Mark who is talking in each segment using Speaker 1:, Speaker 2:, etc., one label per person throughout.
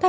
Speaker 1: 大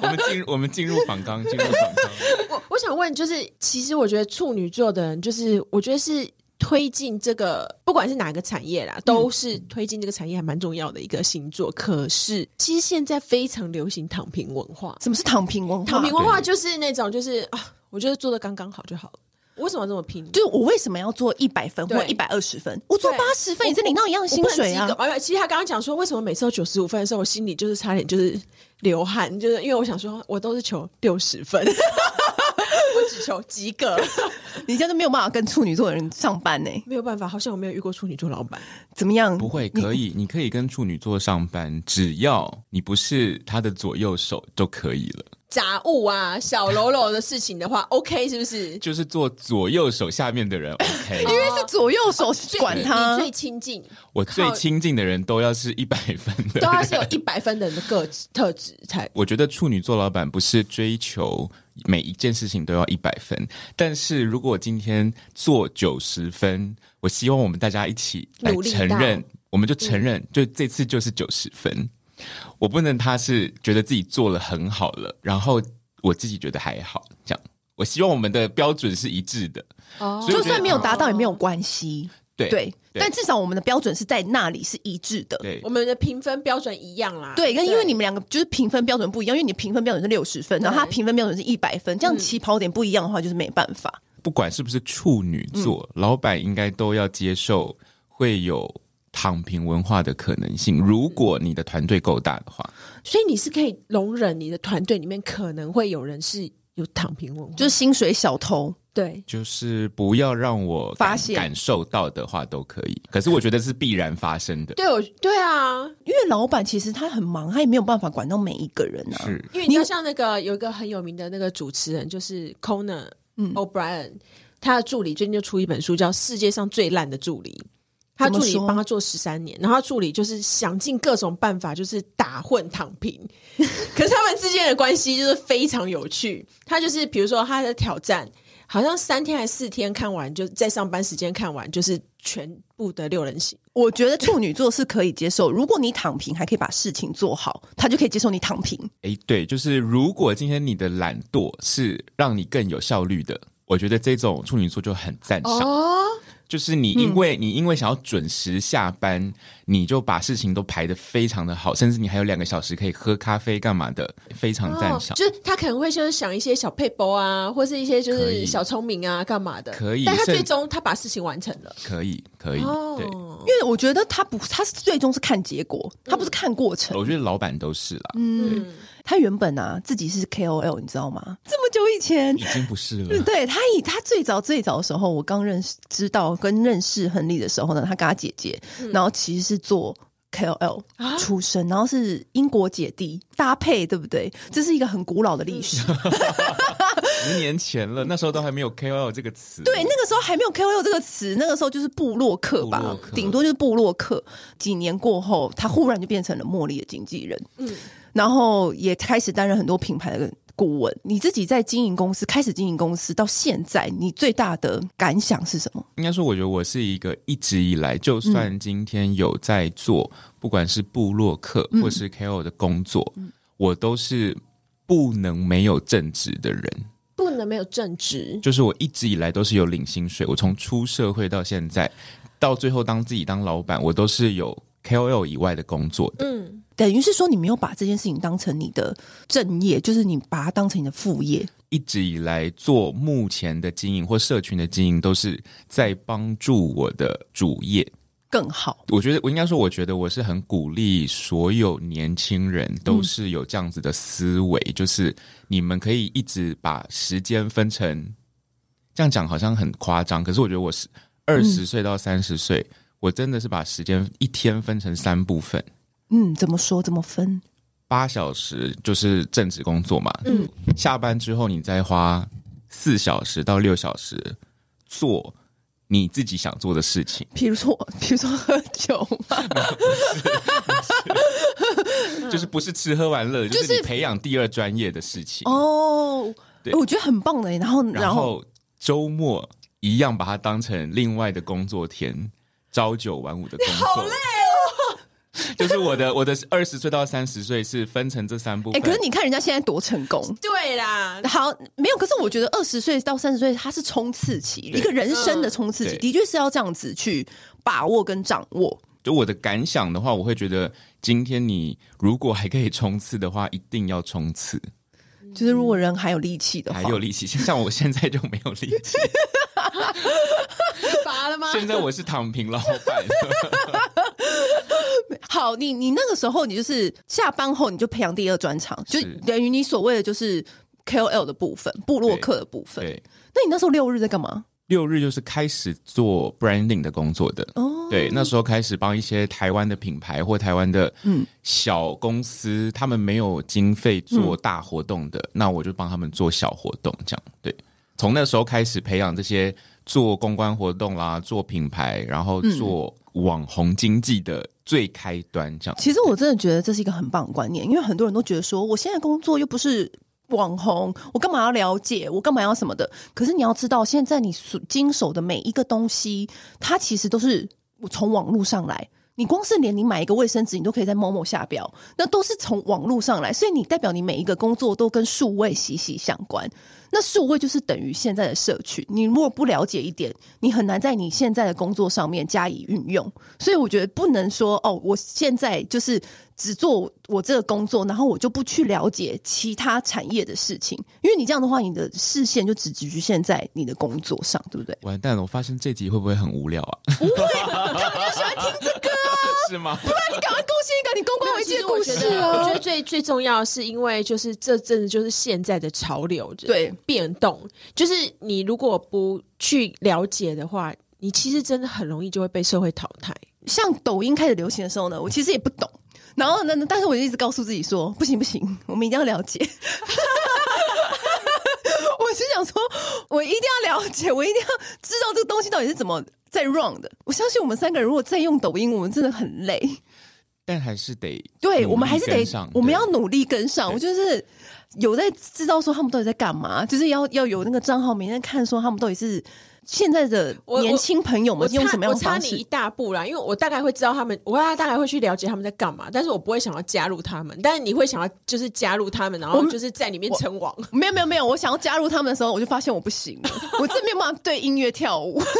Speaker 2: 我们进入我们进入访 纲，进入访纲。
Speaker 3: 我我想问，就是其实我觉得处女座的人，就是我觉得是推进这个，不管是哪个产业啦，都
Speaker 1: 嗯
Speaker 3: 是推进这个产业还蛮重要的一个星座。可是，其实现在非常流行躺平文化，
Speaker 1: 什么是躺平文化？
Speaker 3: 躺平文化就是那种，就是啊，我觉得做的刚刚好就好了。我为什么要这么拼？
Speaker 1: 就是我为什么要做一百分
Speaker 3: 对
Speaker 1: 或一百二十分？我做
Speaker 3: 对
Speaker 1: 八十分也是领到一样的薪水啊
Speaker 3: 我不能及。格而且哎其实他刚刚讲说，为什么每次都九十五分的时候，我心里就是差点就是流汗，就是因为我想说，我都是求六十分， 我只求及格，
Speaker 1: 你这样就没有办法跟处女座的人上班呢、欸
Speaker 3: 没有办法。好像我没有遇过处女座老板，
Speaker 1: 怎么样？
Speaker 2: 不会，可以，你可以跟处女座上班，只要你不是他的左右手就可以了。
Speaker 3: 杂物啊、小喽啰的事情的话，OK 是不是？
Speaker 2: 就是做左右手下面的人，OK。
Speaker 1: 因为是左右手管
Speaker 3: 你
Speaker 1: 他。
Speaker 3: 最亲近
Speaker 2: 我最亲近的人都要是一百分的
Speaker 3: 都
Speaker 2: 人。
Speaker 1: 啊
Speaker 3: 要是有一百分的人的个质特质才
Speaker 2: 我觉得处女座老板不是追求每一件事情都要一百分，但是如果我今天做九十分，我希望我们大家一起来
Speaker 3: 努力
Speaker 2: 承
Speaker 3: 到
Speaker 2: 认，我们就承认，就这次就是九十分。我不能他是觉得自己做了很好了，然后我自己觉得还好这样。我希望我们的标准是一致的，
Speaker 3: 哦
Speaker 2: 所以
Speaker 1: 就
Speaker 2: 我觉得
Speaker 1: 算没有达到也没有关系，
Speaker 2: 对
Speaker 1: 对。
Speaker 2: 对
Speaker 1: 但至少我们的标准是在那里是一致的。
Speaker 2: 对
Speaker 3: 我们的评分标准一样啊啦。
Speaker 1: 对，跟因为你们两个就是评分标准不一样，因为你评分标准是六十分，然后他评分标准是一百分，这
Speaker 3: 嗯
Speaker 1: 样起跑点不一样的话，就是没办法。
Speaker 2: 不管是不是处女座，老板应该都要接受会有躺平文化的可能性。如果你的团队够大的话，
Speaker 3: 所以你是可以容忍你的团队里面可能会有人是有躺平文化，
Speaker 1: 就是薪水小偷，
Speaker 3: 对。
Speaker 2: 就是不要让我
Speaker 1: 发
Speaker 2: 感
Speaker 1: 现
Speaker 2: 感受到的话都可以。可是我觉得是必然发生的，
Speaker 3: 对，我对啊，
Speaker 1: 因为老板其实他很忙，他也没有办法管到每一个人啊。
Speaker 2: 是
Speaker 3: 因为你知道，像那个有一个很有名的那个主持人，就是 Conan
Speaker 1: 嗯
Speaker 3: O'Brien，他的助理最近就出一本书，叫《世界上最烂的助理》。他
Speaker 1: 怎么
Speaker 3: 助理
Speaker 1: 说
Speaker 3: 帮他做十三年，然后他助理就是想尽各种办法，就是打混躺 平。可是他们之间的关系就是非常有趣。他就是比如说他的挑战，好像三天还是四天看完，就在上班时间看完，就是全部的六人行。
Speaker 1: 我觉得处女座是可以接受，如果你躺平还可以把事情做好，他就可以接受你躺平。
Speaker 2: 诶，对，就是如果今天你的懒惰是让你更有效率的。我觉得这种处女座就很赞赏，
Speaker 3: 哦，
Speaker 2: 就是你
Speaker 1: 嗯
Speaker 2: 因为、你因为想要准时下班，你就把事情都排得非常的好，甚至你还有两个小时可以喝咖啡干嘛的，非常
Speaker 1: 哦
Speaker 2: 赞赏。
Speaker 3: 哦就是他可能会就是想一些小配包啊，或是一些就
Speaker 2: 可
Speaker 3: 是
Speaker 2: 以
Speaker 3: 小聪明啊，干嘛的？
Speaker 2: 可以
Speaker 3: 但他
Speaker 2: 甚
Speaker 3: 最终他把事情完成了。
Speaker 2: 可以，可以，对，
Speaker 3: 哦，
Speaker 1: 因为我觉得他不，他是最终是看结果，他不是看过程。
Speaker 2: 我觉得老板都是啦，
Speaker 3: 嗯，
Speaker 1: 他原本啊自己是 KOL，你知道吗？这么久以前
Speaker 2: 已，经不是
Speaker 1: 嗯
Speaker 2: 了，
Speaker 1: 对他以他最早最早的时候，我刚认识知道跟认识亨利的时候呢，他跟他姐姐，然后其实是做 KOL
Speaker 3: 啊
Speaker 1: 出身，然后是英国姐弟搭配，对不对？这是一个很古老的历史。
Speaker 2: 十年前了，那时候都还没有 KOL 这个词，
Speaker 1: 对，那个时候还没有 KOL 这个词，那个时候就是部落客
Speaker 2: 部落
Speaker 1: 吧
Speaker 2: 客，
Speaker 1: 顶多就是部落客。几年过后，他忽然就变成了茉莉的经纪人，
Speaker 3: 嗯
Speaker 1: 然后也开始担任很多品牌的顾问。你自己在经营公司，开始经营公司到现在，你最大的感想是什么？
Speaker 2: 应该说，我觉得我是一个一直以来，就算今天有在做，不管是部落客
Speaker 1: 嗯
Speaker 2: 或是 KOL 的工作，我都是不能没有正职的人。
Speaker 3: 不能没有正直。
Speaker 2: 就是我一直以来都是有领薪水，我从出社会到现在，到最后当自己当老板，我都是有 KOL 以外的工作的。
Speaker 3: 嗯，
Speaker 1: 等于是说，你没有把这件事情当成你的正业，就是你把它当成你的副业。
Speaker 2: 一直以来做目前的经营或社群的经营，都是在帮助我的主业。
Speaker 1: 更好，
Speaker 2: 我觉得我应该说，我觉得我是很鼓励所有年轻人都是有这样子的思维，就是你们可以一直把时间分成，这样讲好像很夸张，可是我觉得我是二十岁到三十岁，我真的是把时间一天分成三部分，
Speaker 1: 嗯，怎么说怎么分？
Speaker 2: 八小时就是正职工作嘛，
Speaker 3: 嗯
Speaker 2: 下班之后你再花四小时到六小时做你自己想做的事情。
Speaker 1: 比如说，比如说喝酒嘛，
Speaker 2: 就是不是吃喝玩乐，就是是你培养第二专业的事情。
Speaker 1: 哦，
Speaker 2: 对
Speaker 1: 哎我觉得很棒的欸。然后，
Speaker 2: 然后周末一样把它当成另外的工作天，朝九晚五的工作。好累哦！
Speaker 1: 哦
Speaker 2: 就是我的我的二十岁到三十岁是分成这三部
Speaker 1: 哎、
Speaker 2: 分。
Speaker 1: 可是你看人家现在多成功。
Speaker 3: 对啦，
Speaker 1: 好，没有。可是我觉得二十岁到三十岁，它是冲刺期，
Speaker 2: 对
Speaker 1: 一个人生的冲刺期，
Speaker 2: 嗯对
Speaker 1: 的确是要这样子去把握跟掌握。
Speaker 2: 就我的感想的话，我会觉得今天你如果还可以冲刺的话，一定要冲刺，
Speaker 1: 就是如果人还有力气的话，
Speaker 2: 嗯还有力气。 像我现在就没有力 气，
Speaker 3: 拔了吗？
Speaker 2: 现在我是躺平老 板。
Speaker 1: 好，你你那个时候你就是下班后你就培养第二专长，就是等于你所谓的就是 KOL 的部分、部落客的部分。
Speaker 2: 对，
Speaker 1: 那你那时候六日在干嘛？
Speaker 2: 六日就是开始做 branding 的工作的。
Speaker 1: 哦，
Speaker 2: 对，那时候开始帮一些台湾的品牌或台湾的
Speaker 1: 嗯
Speaker 2: 小公司，他们没有经费
Speaker 1: 嗯
Speaker 2: 做大活动的，那我就帮他们做小活动，这样对。从那时候开始培养这些做公关活动啦，做品牌，然后
Speaker 1: 嗯
Speaker 2: 做网红经济的最开端，这样。
Speaker 1: 其实我真的觉得这是一个很棒的观念，因为很多人都觉得说，我现在工作又不是网红，我干嘛要了解，我干嘛要什么的？可是你要知道，现在你所经手的每一个东西，它其实都是从网络上来。你光是连你买一个卫生纸，你都可以在某某下标，那都是从网络上来，所以你代表你每一个工作都跟数位息息相关。那数位就是等于现在的社群，你如果不了解一点，你很难在你现在的工作上面加以运用。所以我觉得不能说哦，我现在就是只做我这个工作，然后我就不去了解其他产业的事情，因为你这样的话，你的视线就只局限在你的工作上，对不对？
Speaker 2: 完蛋了！我发现这集会不会很无聊啊？不 会，他们就喜欢听这个、啊，是吗？
Speaker 1: 你赶快贡献一个你公关危
Speaker 3: 其
Speaker 1: 机
Speaker 3: 实
Speaker 1: 的
Speaker 3: 我
Speaker 1: 故
Speaker 3: 觉
Speaker 1: 事
Speaker 3: 得，我觉
Speaker 1: 啊
Speaker 3: 得！最最重要，是因为就是这阵子就是现在的潮流
Speaker 1: 对
Speaker 3: 变动，就是你如果不去了解的话，你其实真的很容易就会被社会淘汰。
Speaker 1: 像抖音开始流行的时候呢，我其实也不懂。然后呢，但是我就一直告诉自己说，不行不行，我们一定要了解。 我是想说，我一定要了解，我一定要知道这个东西到底是怎么在 run 的。我相信我们三个人如果再用抖音，我们真的很累。
Speaker 2: 但还是得
Speaker 1: 对，
Speaker 2: 努力
Speaker 1: 我们还是得
Speaker 2: 跟上，
Speaker 1: 我们
Speaker 2: 对
Speaker 1: 要努力跟上。
Speaker 2: 对
Speaker 1: 我就是有在知道说他们到底在干嘛，就是要要有那个账号每天看说他们到底是现在的
Speaker 3: 我我
Speaker 1: 年轻朋友
Speaker 3: 我
Speaker 1: 们是
Speaker 3: 差
Speaker 1: 用什么样
Speaker 3: 我
Speaker 1: 的
Speaker 3: 差
Speaker 1: 方
Speaker 3: 你一
Speaker 1: 式。
Speaker 3: 大步啦，因为我大概会知道他们，我大概会去了解他们在干嘛，但是我不会想要加入他们，但是你会想要就是加入他们，然后就是在里面称王。
Speaker 1: 没有没有没有，我想要加入他们的时候，我就发现我不行 了，我真没有办法对音乐跳舞， 我真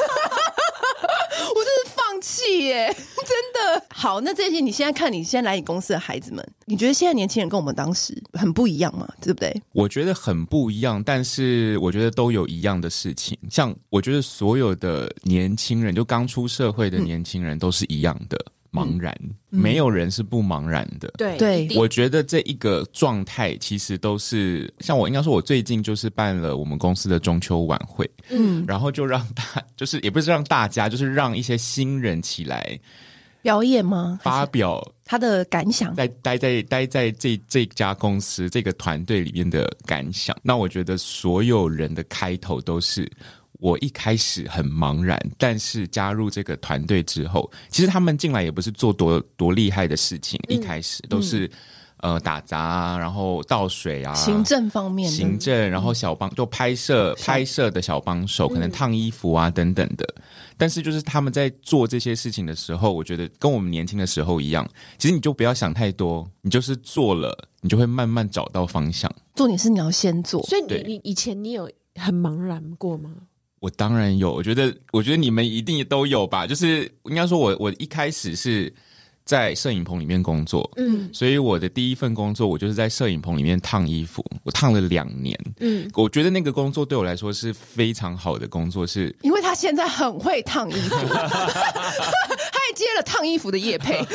Speaker 1: 是放弃耶， 真的。好，那这些你现在看，你现在来你公司的孩子们，你觉得现在年轻人跟我们当时很不一样嘛？对不对？
Speaker 2: 我觉得很不一样，但是我觉得都有一样的事情。像我觉得所有的年轻人，就刚出社会的年轻人，都是一样的、茫然，没有人是不茫然的。
Speaker 3: 对
Speaker 1: 对
Speaker 3: 一定
Speaker 2: 我觉得这一个状态其实都是像我，应该说，我最近就是办了我们公司的中秋晚会，
Speaker 1: 嗯，
Speaker 2: 然后就让大，就是也不是让大家，就是让一些新人起来
Speaker 1: 表演吗？
Speaker 2: 发表
Speaker 1: 他的感想，
Speaker 2: 在待在待在这这家公司这个团队里面的感想。那我觉得所有人的开头都是。我一开始很茫然，但是加入这个团队之后，其实他们进来也不是做多多厉害的事情，一
Speaker 1: 嗯
Speaker 2: 开始都是、呃打杂啊，然后倒水啊，
Speaker 1: 行政方面的，
Speaker 2: 行政，然后小帮就拍摄拍摄的小帮手，可能烫衣服啊等等的。但是就是他们在做这些事情的时候，我觉得跟我们年轻的时候一样，其实你就不要想太多，你就是做了，你就会慢慢找到方向。
Speaker 1: 重点是你要先做，
Speaker 3: 所以你
Speaker 2: 对
Speaker 3: 你以前你有很茫然过吗？
Speaker 2: 我当然有，我觉得，我觉得你们一定都有吧。就是应该说我，我一开始是在摄影棚里面工作，
Speaker 3: 嗯
Speaker 2: 所以我的第一份工作，我就是在摄影棚里面烫衣服，我烫了两年。
Speaker 3: 嗯，
Speaker 2: 我觉得那个工作对我来说是非常好的工作，是
Speaker 1: 因为他现在很会烫衣服， 他还接了烫衣服的叶配。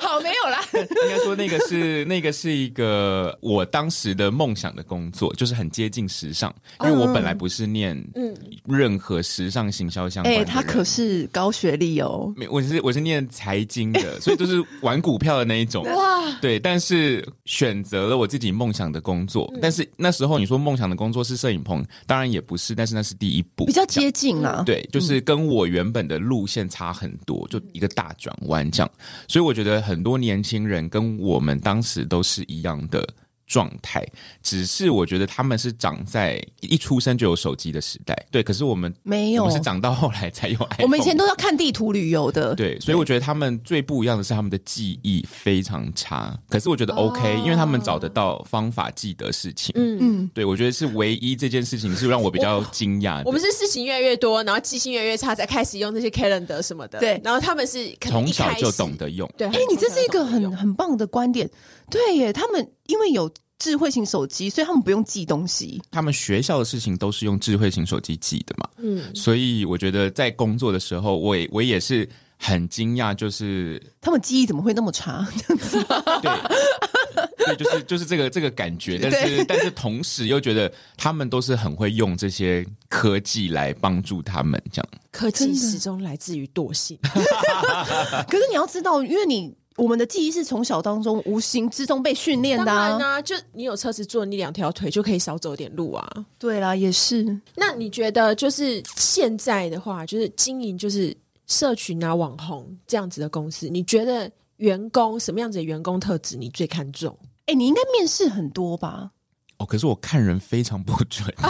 Speaker 1: 好，没 有啦，
Speaker 2: 应该说那个是 那个是一个我当时的梦想的工作，就是很接近时尚，
Speaker 1: 嗯
Speaker 2: 因为我本来不是念
Speaker 3: 嗯
Speaker 2: 任何时尚行销相关
Speaker 1: 哎、
Speaker 2: 的人。
Speaker 1: 他可是高学历哦，
Speaker 2: 没我是我是念财经的， 所以就是玩股票的那一种。
Speaker 1: 哦
Speaker 3: 哇，
Speaker 2: 对，但是选择了我自己梦想的工作，
Speaker 1: 嗯
Speaker 2: 但是那时候你说梦想的工作是摄影棚，当然也不是，但是那是第一步，
Speaker 1: 比较
Speaker 2: 这
Speaker 1: 接
Speaker 2: 样
Speaker 1: 近啦。
Speaker 2: 对，就是跟我原本的路线差很多，就一个大转弯这样。所以我觉得很多年轻人跟我们当时都是一样的状态。只是我觉得他们是长在一出生就有手机的时代，对。可是我们
Speaker 1: 没
Speaker 2: 我
Speaker 1: 有
Speaker 2: 们，是长到后来才有 iPhone。
Speaker 1: 我们以前都要看地图旅游的，
Speaker 2: 对，所以我觉得他们最不一样的是他们的记忆非常差，可是我觉得 OK，、因为他们找得到方法记得事情。
Speaker 3: 嗯
Speaker 1: 嗯，
Speaker 2: 对，我觉得是唯一这件事情是让我比较惊讶的。
Speaker 3: 我们是事情越来越多，然后记性越来越差，才开始用这些 calendar 什么的。
Speaker 1: 对
Speaker 3: 然后他们是可能
Speaker 2: 从
Speaker 3: 一
Speaker 2: 小
Speaker 3: 开始
Speaker 2: 就懂。得用，
Speaker 3: 对，
Speaker 1: 哎、你这是一个很很棒的观点，对耶，他们因为有智慧型手机，所以他们不用记东西，
Speaker 2: 他们学校的事情都是用智慧型手机记的嘛。
Speaker 3: 嗯，
Speaker 2: 所以我觉得在工作的时候，我也我也是很惊讶，就是
Speaker 1: 他们记忆怎么会那么 差？
Speaker 2: 对，对， 就是就是这个这个感觉，但是但是同时又觉得他们都是很会用这些科技来帮助他们这样。
Speaker 3: 科
Speaker 1: 真
Speaker 3: 技
Speaker 1: 的
Speaker 3: 始终来自于惰性。
Speaker 1: 可是你要知道，因为你我们的记忆是从小当中无形之中被训练
Speaker 3: 当
Speaker 1: 的、
Speaker 3: 然
Speaker 1: 啊，
Speaker 3: 啦、就你有车子坐，你两条腿就可以少走点路啊。
Speaker 1: 对啦，也是。
Speaker 3: 那你觉得就是现在的话，就是经营就是社群啊、网红这样子的公司，你觉得员工什么样子的员工特质你最看重？
Speaker 1: 哎、你应该面试很多吧？
Speaker 2: 哦，可是我看人非常不准，
Speaker 3: 啊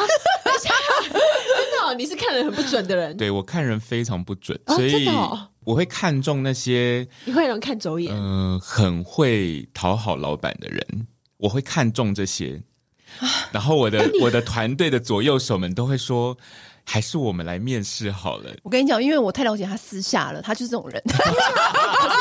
Speaker 3: 真的哦、你是看人很不准的人，
Speaker 2: 对我看人非常不准，
Speaker 3: 哦
Speaker 2: 所以
Speaker 3: 真的哦
Speaker 2: 我会看中那些
Speaker 3: 你会能看走眼。
Speaker 2: 呃很会讨好老板的人，我会看中这些。
Speaker 1: 啊
Speaker 2: 然后我的我的团队的左右手们都会说，还是我们来面试好了。
Speaker 1: 我跟你讲，因为我太了解他私下了，他就是这种 人。
Speaker 3: 可是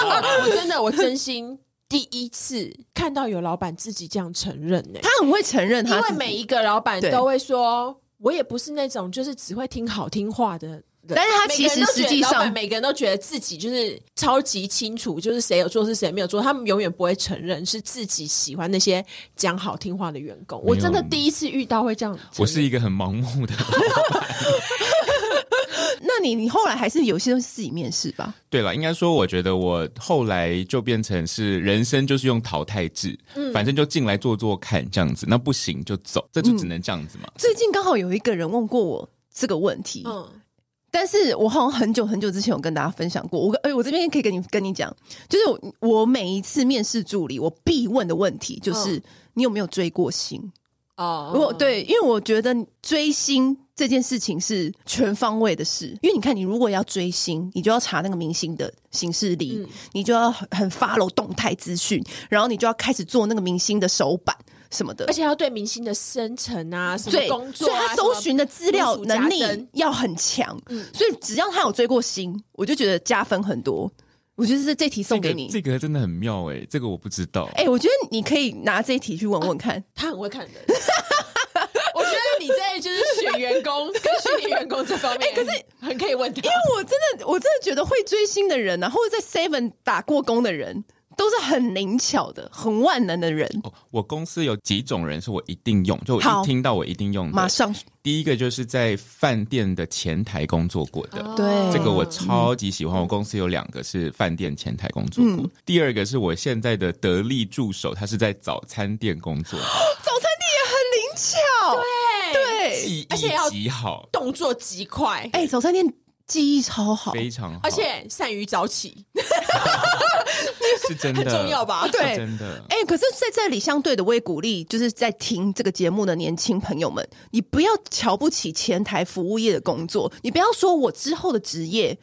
Speaker 3: 我我真的我真心第一次看到有老板自己这样承认呢、
Speaker 1: 他很会承认他
Speaker 3: 因
Speaker 1: 自己，
Speaker 3: 为每一个老板
Speaker 1: 对
Speaker 3: 都会说，我也不是那种就是只会听好听话的人。
Speaker 1: 但是他
Speaker 3: 每个人
Speaker 1: 其实
Speaker 3: 都觉得
Speaker 1: 实际
Speaker 3: 老板
Speaker 1: 上
Speaker 3: 每个人都觉得自己就是超级清楚，就是谁有做事谁没有做，他们永远不会承认是自己喜欢那些讲好听话的员工。
Speaker 2: 有
Speaker 3: 我真的第一次遇到会这样承认，
Speaker 2: 我是一个很盲 目的，
Speaker 1: 那你你后来还是有些东西自己面试吧？
Speaker 2: 对了，应该说，我觉得我后来就变成是人生就是用淘汰制，
Speaker 1: 嗯
Speaker 2: 反正就进来做做看这样子，那不行就走，这
Speaker 1: 嗯
Speaker 2: 就只能这样子嘛。
Speaker 1: 最近刚好有一个人问过我这个问题，
Speaker 3: 嗯，
Speaker 1: 但是我好像很久很久之前有跟大家分享过，我哎、我这边可以跟你跟你讲，就是我我每一次面试助理，我必问的问题就是、你有没有追过星？
Speaker 3: 哦
Speaker 1: 我对，因为我觉得追星这件事情是全方位的事，因为你看，你如果要追星，你就要查那个明星的行事历，你就要很很 follow 动态资讯，然后你就要开始做那个明星的手板什么的
Speaker 3: 而。且要对明星的生辰啊，什么
Speaker 1: 对，
Speaker 3: 工作
Speaker 1: 所以
Speaker 3: 啊，
Speaker 1: 他搜寻的资料能力
Speaker 3: 什么归属家珍
Speaker 1: 要很强，所以只要他有追过星，我就觉得加分很多。我觉得这这题送给你，
Speaker 2: 这个这个真的很妙哎、这个我不知道。
Speaker 1: 哎、我觉得你可以拿这一题去问问 看。
Speaker 3: 他很会看人。我觉得你在就是选员工跟训练员工这方
Speaker 1: 哎
Speaker 3: 面，可是很可以问他。
Speaker 1: 因为我真的，我真的觉得会追星的人啊，或者在 Seven 打过工的人，都是很灵巧的、很万能的人。
Speaker 2: 哦，我公司有几种人是我一定用，就我
Speaker 1: 好
Speaker 2: 一听到我一定用的。
Speaker 1: 马上，
Speaker 2: 第一个就是在饭店的前台工作过
Speaker 3: 哦
Speaker 2: 的，
Speaker 1: 对
Speaker 2: 这个我超级喜
Speaker 3: 嗯
Speaker 2: 欢。我公司有两个是饭店前台工作过，第二个是我现在的得力助手，他是在早餐店工 作，
Speaker 1: 早餐店也很灵巧，
Speaker 3: 对，
Speaker 1: 对，
Speaker 2: 记
Speaker 3: 而且要
Speaker 2: 忆极好，
Speaker 3: 动作极快，
Speaker 1: 哎、早餐店记忆超好，
Speaker 2: 非常好，
Speaker 3: 而且善于早起，
Speaker 2: 是真的
Speaker 3: 很重要吧？
Speaker 1: 对
Speaker 2: 是真的。
Speaker 1: 哎、可是在这里相对的，我也鼓励，就是在听这个节目的年轻朋友们，你不要瞧不起前台服务业的工作，你不要说我之后的职业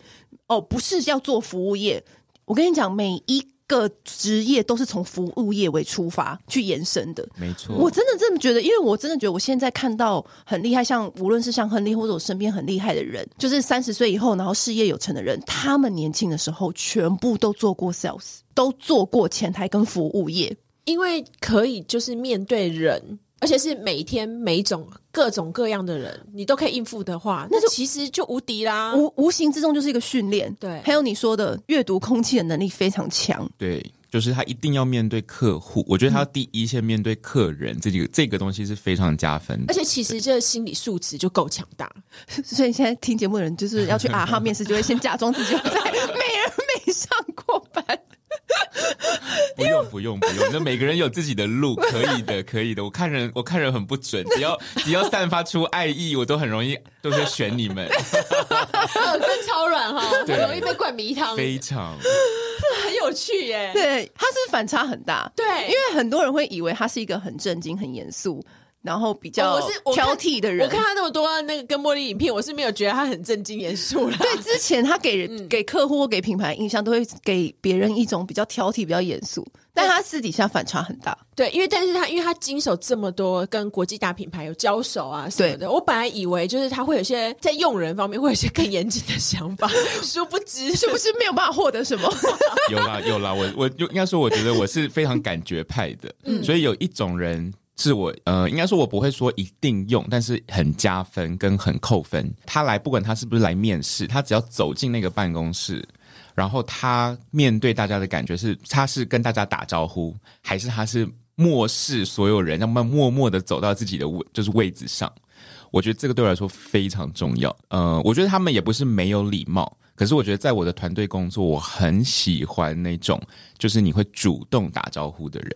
Speaker 1: 哦，不是要做服务业。我跟你讲，每一个职业都是从服务业为出发去延伸的。
Speaker 2: 没错，
Speaker 1: 我真的这么觉得，因为我真的觉得我现在看到很厉害，像无论是像亨利或者我身边很厉害的人，就是三十岁以后然后事业有成的人，他们年轻的时候全部都做过 sales，都做过前台跟服务业。
Speaker 3: 因为可以就是面对人。而且是每天每种各种各样的人，你都可以应付的话，那其实就无敌啦。
Speaker 1: 无无形之中就是一个训练，
Speaker 3: 啊对
Speaker 1: 还有你说的阅读空气的能力非常强，
Speaker 2: 对，就是他一定要面对客户，我觉得他要第一线面对客人，这个这个东西是非常加分
Speaker 3: 而
Speaker 2: 的。
Speaker 3: 且其实这心理素质就够强大。
Speaker 1: 所以现在听节目的人就是要去 啊哈面试，就会先假装自己有在 美而美上过班。
Speaker 2: 不用不用不用，那每个人有自己的路，可以的，可以的。我看人我看人很不准，只要只要散发出爱意，我都很容易都会选你们，
Speaker 3: 呃耳根超软哈，
Speaker 2: 对
Speaker 3: 很容易被灌迷汤，
Speaker 2: 非常
Speaker 3: 很有趣耶、
Speaker 1: 对，它是反差很大，
Speaker 3: 对，
Speaker 1: 因为很多人会以为他是一个很正经、很严肃，然后比较
Speaker 3: 哦我是我看
Speaker 1: 挑剔的人。
Speaker 3: 我看他那么多那个跟茉莉影片，我是没有觉得他很正经严肃啦。
Speaker 1: 对，之前他给
Speaker 3: 嗯
Speaker 1: 人、给客户或给品牌印象，都会给别人一种比较挑剔、比较严肃，但他私底下反差很大。
Speaker 3: 对，因为但是他因为他经手这么多跟国际大品牌有交手啊什么的，我本来以为就是他会有些在用人方面会有些更严谨的想 法，殊不知
Speaker 1: 是不是没有办法获得什么？
Speaker 2: 有啦有啦，我我就应该说，我觉得我是非常感觉派的，所以有一种人是我呃，应该说我不会说一定用，但是很加分跟很扣分。他来不管他是不是来面试，他只要走进那个办公室。然后他面对大家的感觉是，他是跟大家打招呼，还是他是漠视所有人，那么默默的走到自己的位就是位置上？我觉得这个对我来说非常重要。呃，我觉得他们也不是没有礼貌，可是我觉得在我的团队工作，我很喜欢那种就是你会主动打招呼的人。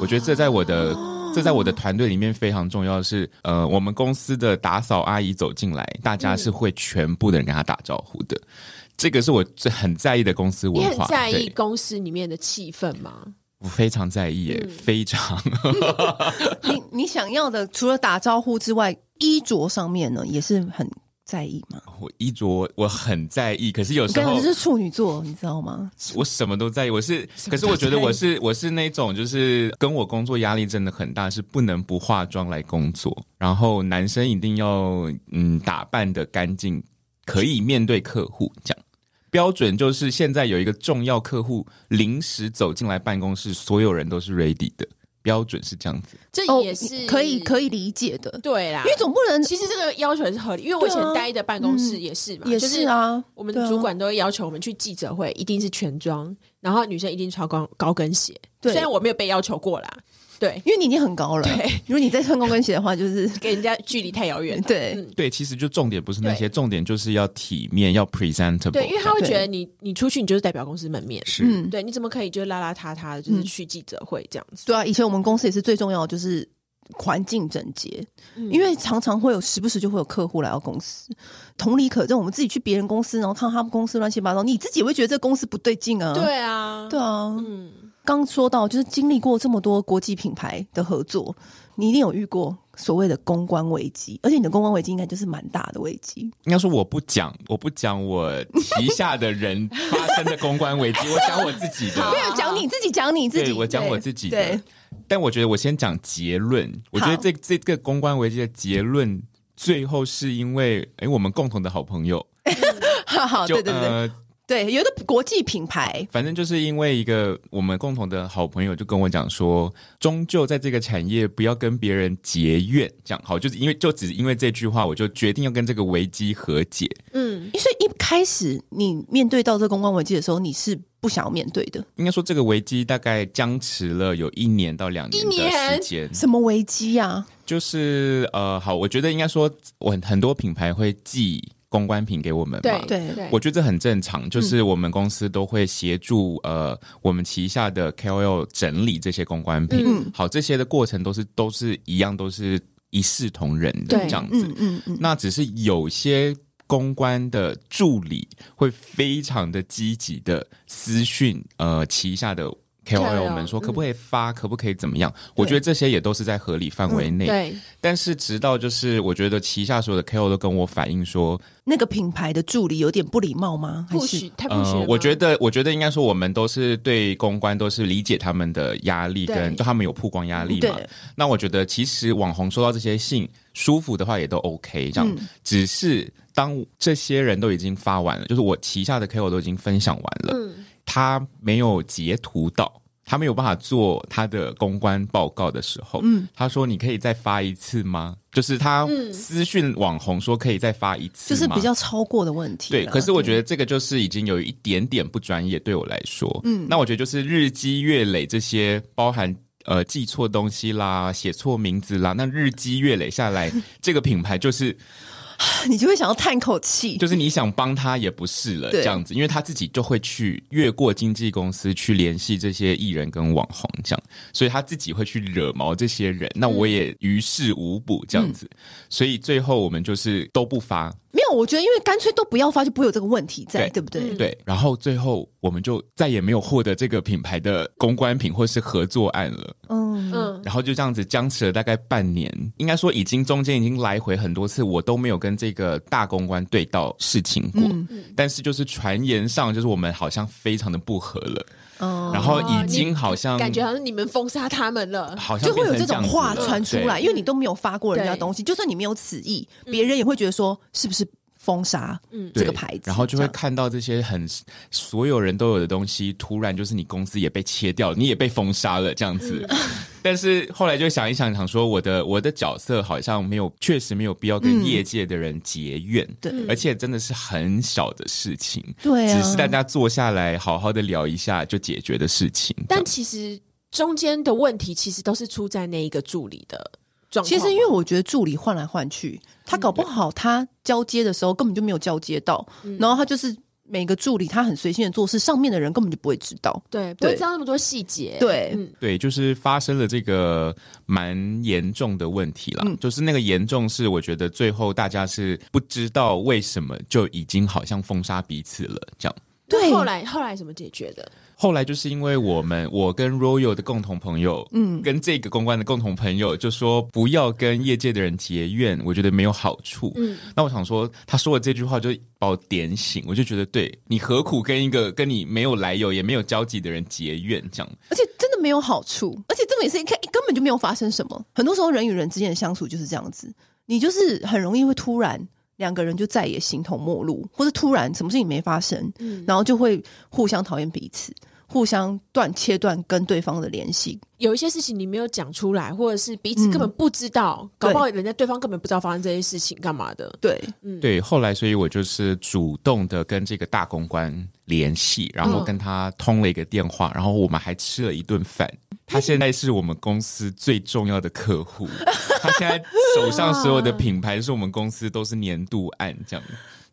Speaker 2: 我觉得这在我的这在我的团队里面非常重要的是，呃，我们公司的打扫阿姨走进来，大家是会全部的人跟她打招呼的。这个是我最很在意的公司
Speaker 3: 你
Speaker 2: 文
Speaker 3: 很
Speaker 2: 化，
Speaker 3: 在意
Speaker 2: 对
Speaker 3: 公司里面的气氛吗？
Speaker 2: 我非常在意耶，非 常。
Speaker 1: 你你想要的，除了打招呼之外，衣着上面呢，也是很在意吗？
Speaker 2: 我衣着我很在意，可是有
Speaker 1: 我
Speaker 2: 时
Speaker 1: 跟你
Speaker 2: 候
Speaker 1: 讲，这是处女座，你知道吗？
Speaker 2: 我什么都在意，我是，
Speaker 3: 什么都在意
Speaker 2: 可是我觉得我是我是那种就是跟我工作压力真的很大，是不能不化妆来工作。然后男生一定要嗯打扮的干净，可以面对客户这样。标准就是现在有一个重要客户临时走进来办公室，所有人都是 ready 的，标准是这样子。
Speaker 3: 这也是、
Speaker 1: 哦
Speaker 3: 啊
Speaker 1: 可以可以理解的，
Speaker 3: 对啦，
Speaker 1: 因为总不能
Speaker 3: 其实这个要求也是合理，因为我以前
Speaker 1: 对啊
Speaker 3: 待的办公室也是嘛，
Speaker 1: 也
Speaker 3: 就是
Speaker 1: 是啊，
Speaker 3: 我们
Speaker 1: 对啊
Speaker 3: 主管都会要求我们去记者会一定是全装，然后女生一定穿高高跟鞋。
Speaker 1: 对
Speaker 3: 虽然我没有被要求过啦，对，
Speaker 1: 因为你已经很高了。如果你再穿高跟鞋的话，就是
Speaker 3: 给人家距离太遥远了。
Speaker 1: 对。
Speaker 2: 对，其实就重点不是那些，重点就是要体面，要 presentable。
Speaker 3: 对，因为他会觉得你你出去你就是代表公司门面，
Speaker 2: 是、
Speaker 1: 哦嗯
Speaker 3: 对，你怎么可以就邋邋遢遢的，就是去记者会这样子？
Speaker 1: 对啊，以前我们公司也是最重要的就是环境整洁，因为常常会有时不时就会有客户来到公司。同理可证，我们自己去别人公司，然后看到他们公司乱七八糟，你自己也会觉得这公司不对劲啊。
Speaker 3: 对啊，
Speaker 1: 对啊，
Speaker 3: 嗯，
Speaker 1: 刚说到就是经历过这么多国际品牌的合作，你一定有遇过所谓的公关危机，而且你的公关危机应该就是蛮大的危机。
Speaker 2: 应该说我不讲，我不讲我旗下的人发生的公关危机，我讲我自己
Speaker 3: 好
Speaker 1: 没
Speaker 2: 的。
Speaker 1: 有讲你自己，讲你自己，
Speaker 2: 对，我讲
Speaker 1: 对
Speaker 2: 我自己的
Speaker 1: 对，。
Speaker 2: 但我觉得我先讲结论，我觉得这这个公关危机的结论，最后是因为哎，我们共同的好朋友，
Speaker 1: 哈哈，
Speaker 2: 就
Speaker 1: 哦对对对、
Speaker 2: 呃，
Speaker 1: 对，有的国际品牌，
Speaker 2: 反正就是因为一个我们共同的好朋友就跟我讲说，终究在这个产业不要跟别人结怨，这样好，就是因为就只因为这句话，我就决定要跟这个危机和解。
Speaker 3: 嗯，
Speaker 1: 所以一开始你面对到这公关危机的时候，你是不想要面对的。
Speaker 2: 应该说这个危机大概僵持了有一年到两年
Speaker 3: 一年
Speaker 2: 的时间，
Speaker 1: 什么危机啊？
Speaker 2: 就是呃，好，我觉得应该说，我很很多品牌会寄公关品给我们
Speaker 3: 对嗯
Speaker 2: 嘛。
Speaker 1: 对
Speaker 3: 对，
Speaker 2: 我觉得这很正常，就是我们公司都会协助呃我们旗下的 KOL 整理这些公关品，
Speaker 1: 嗯
Speaker 2: 好，这些的过程都是都是一样，都是一视同仁的
Speaker 3: 对
Speaker 2: 这样子。
Speaker 1: 嗯嗯嗯，
Speaker 2: 那只是有些公关的助理会非常的积极的私讯呃旗下的 KOL 们说
Speaker 3: 嗯
Speaker 2: 可不可以发，可不可以怎么样？我觉得这些也都是在合理范围内。
Speaker 3: 嗯对，
Speaker 2: 但是直到就是我觉得旗下所有的 KOL 都跟我反映说，
Speaker 1: 那个品牌的助理有点不礼貌吗？还
Speaker 3: 不
Speaker 1: 是
Speaker 3: 许太不许了
Speaker 2: 呃
Speaker 3: 吗，，
Speaker 2: 我觉得我觉得应该说我们都是对公关都是理解他们的压力
Speaker 3: 对
Speaker 2: 跟就他们有曝光压力嘛。
Speaker 1: 对
Speaker 2: 那我觉得其实网红收到这些信舒服的话也都 OK，这样。
Speaker 1: 嗯
Speaker 2: 只是当这些人都已经发完了，就是我旗下的 KOL 都已经分享完了，
Speaker 3: 嗯，
Speaker 2: 他没有截图到。他没有办法做他的公关报告的时候，
Speaker 1: 嗯
Speaker 2: 他说：“你可以再发一次吗？”就是他私讯网红说可以再发一次
Speaker 1: 就
Speaker 2: 吗，
Speaker 1: 是比较超过的问题啦。
Speaker 2: 对，可是我觉得这个就是已经有一点点不专业，对我来说，嗯，那我觉得就是日积月累这些包含。呃，记错东西啦，写错名字啦，那日积月累下来，这个品牌就是
Speaker 1: 对你就会想要叹口气。
Speaker 2: 就是你想帮他也不是了，
Speaker 1: 对
Speaker 2: 这样子，因为他自己就会去越过经纪公司去联系这些艺人跟网红这样，所以他自己会去惹毛这些人，那我也于事无补这样子，所以最后我们就是都不发，
Speaker 1: 没有，我觉得因为干脆都不要发，就不会有这个问题在，对
Speaker 2: 对
Speaker 1: 不对？
Speaker 2: 对，然后最后我们就再也没有获得这个品牌的公关品或是合作案了。
Speaker 1: 嗯，
Speaker 3: 嗯，
Speaker 2: 然后就这样子僵持了大概半年，应该说已经中间已经来回很多次，我都没有跟这个大公关对到事情过。
Speaker 1: 嗯
Speaker 2: 嗯但是就是传言上，就是我们好像非常的不和了，
Speaker 1: 哦
Speaker 2: 然后已经好像
Speaker 3: 感觉好像你们封杀他们了，
Speaker 2: 好像
Speaker 1: 就会有
Speaker 2: 变
Speaker 1: 这
Speaker 2: 成
Speaker 1: 种
Speaker 2: 样
Speaker 1: 话
Speaker 2: 子了
Speaker 1: 传出来，
Speaker 2: 对
Speaker 1: 因为你都没有发过人家
Speaker 3: 对
Speaker 1: 东西，就算你没有此意，别人也会觉得说是不是封杀这
Speaker 2: 对
Speaker 1: 个牌子，
Speaker 2: 然后
Speaker 1: 这
Speaker 2: 就会
Speaker 1: 样
Speaker 2: 看到这些很所有人都有的东西，突然就是你公司也被切掉，你也被封杀了这样子。
Speaker 1: 嗯
Speaker 2: 但是后来就想一想，想说我的我的角色好像没有，确实没有必要跟业界的人结怨，
Speaker 1: 对
Speaker 2: 而且真的是很小的事情，
Speaker 1: 嗯对啊，
Speaker 2: 只是大家坐下来好好的聊一下就解决的事情。
Speaker 3: 但其实中间的问题其实都是出在那一个助理的状
Speaker 1: 其
Speaker 3: 况。
Speaker 1: 实，因为我觉得助理换来换去，他搞不好他交接的时候根本就没有交接到，然后他就是每个助理他很随性的做事，上面的人根本就不会知道。
Speaker 3: 对不会
Speaker 1: 对
Speaker 3: 知道那么多细节，
Speaker 1: 对
Speaker 3: 嗯
Speaker 2: 对，就是发生了这个蛮严重的问题啦。就是那个严重是，我觉得最后大家是不知道为什么就已经好像封杀彼此了这样。
Speaker 1: 对
Speaker 3: 那后来后来怎么解决的？
Speaker 2: 后来就是因为我们，我跟 Royal 的共同朋友，嗯，跟这个公关的共同朋友，就说不要跟业界的人结怨，我觉得没有好处。嗯，那我想说，他说的这句话就把我点醒，我就觉得，对你何苦跟一个跟你没有来由也没有交集的人结怨这样？
Speaker 1: 而且真的没有好处，而且这也是一看根本就没有发生什么。很多时候人与人之间的相处就是这样子，你就是很容易会突然两个人就再也形同陌路，或者突然什么事情没发生，然后就会互相讨厌彼此，互相断切断跟对方的联系。
Speaker 3: 有一些事情你没有讲出来，或者是彼
Speaker 1: 嗯
Speaker 3: 此根本不知道，搞不好人家对方根本不知道发生这些事情干嘛的。
Speaker 1: 对，
Speaker 2: 对，后来所以我就是主动的跟这个大公关联系，然后
Speaker 3: 嗯
Speaker 2: 跟他通了一个电话，然后我们还吃了一顿饭。他现在是我们公司最重要的客户，他现在手上所有的品牌是我们公司都是年度案这样。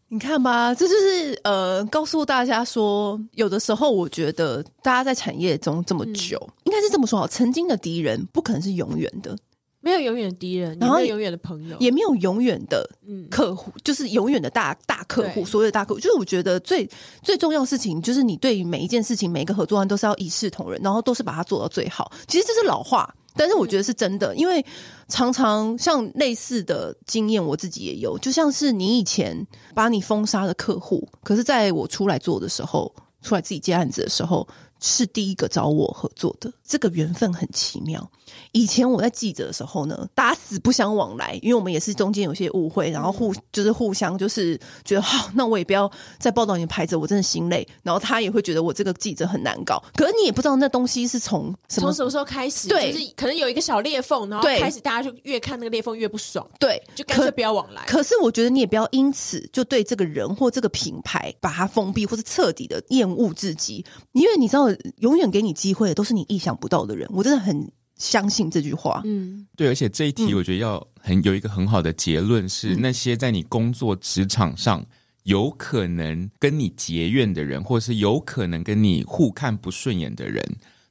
Speaker 1: 你看吧，这就是呃，告诉大家说，有的时候我觉得大家在产业中这么久，应该是这么说好，曾经的敌人不可能是永远的，
Speaker 3: 没有永远的敌人，也
Speaker 1: 然后
Speaker 3: 没有永远的朋友，
Speaker 1: 也没有永远的
Speaker 3: 哦嗯
Speaker 1: 客户，就是永远的大大客户，
Speaker 3: 对
Speaker 1: 所有的大客户，就是我觉得最最重要的事情，就是你对于每一件事情、每一个合作案都是要一视同仁，然后都是把它做到最好。其实这是老话，但是我觉得是真
Speaker 3: 嗯
Speaker 1: 的，因为常常像类似的经验，我自己也有，就像是你以前把你封杀的客户，可是在我出来做的时候，出来自己接案子的时候。是第一个找我合作的，这个缘分很奇妙。以前我在记者的时候呢，打死不相往来，因为我们也是中间有些误会，然后
Speaker 3: 嗯
Speaker 1: 互就是互相就是觉得好、那我也不要再报道你的牌子，我真的心累。然后他也会觉得我这个记者很难搞，可是你也不知道那东西是从什么
Speaker 3: 从什么时候开始，
Speaker 1: 对
Speaker 3: 就是可能有一个小裂缝，然后
Speaker 1: 对
Speaker 3: 开始大家就越看那个裂缝越不爽，
Speaker 1: 对，
Speaker 3: 就干脆
Speaker 1: 可
Speaker 3: 不要往来。
Speaker 1: 可是我觉得你也不要因此就对这个人或这个品牌把它封闭，或是彻底的厌恶至极，因为你知道，永远给你机会的都是你意想不到的人。我真的很相信这句话。
Speaker 3: 嗯，嗯
Speaker 2: 对，而且这一题我觉得要很有一个很好的结论是，那些在你工作职场上有可能跟你结怨的人，或是有可能跟你互看不顺眼的人，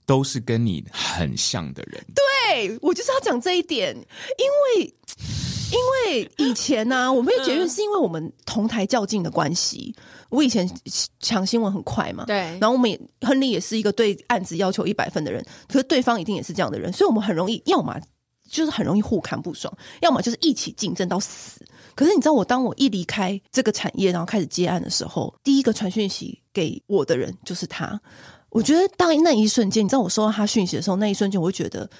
Speaker 2: 都是跟你很像的人。
Speaker 1: 对，我就是要讲这一点，因为因为以前呢、我没有结怨，是因为我们同台较劲的关系。我以前抢新闻很快嘛，
Speaker 3: 对
Speaker 1: 然。后我们也亨利也是一个对案子要求一百分的人，可是对方一定也是这样的人，所以我们很容易，要么就是很容易互看不爽，要么就是一起竞争到死。可是你知道我，当我一离开这个产业，然后开始接案的时候，第一个传讯息给我的人就是他。我觉得当那一瞬间，你知道我收到他讯息的时候，那一瞬间我就觉得，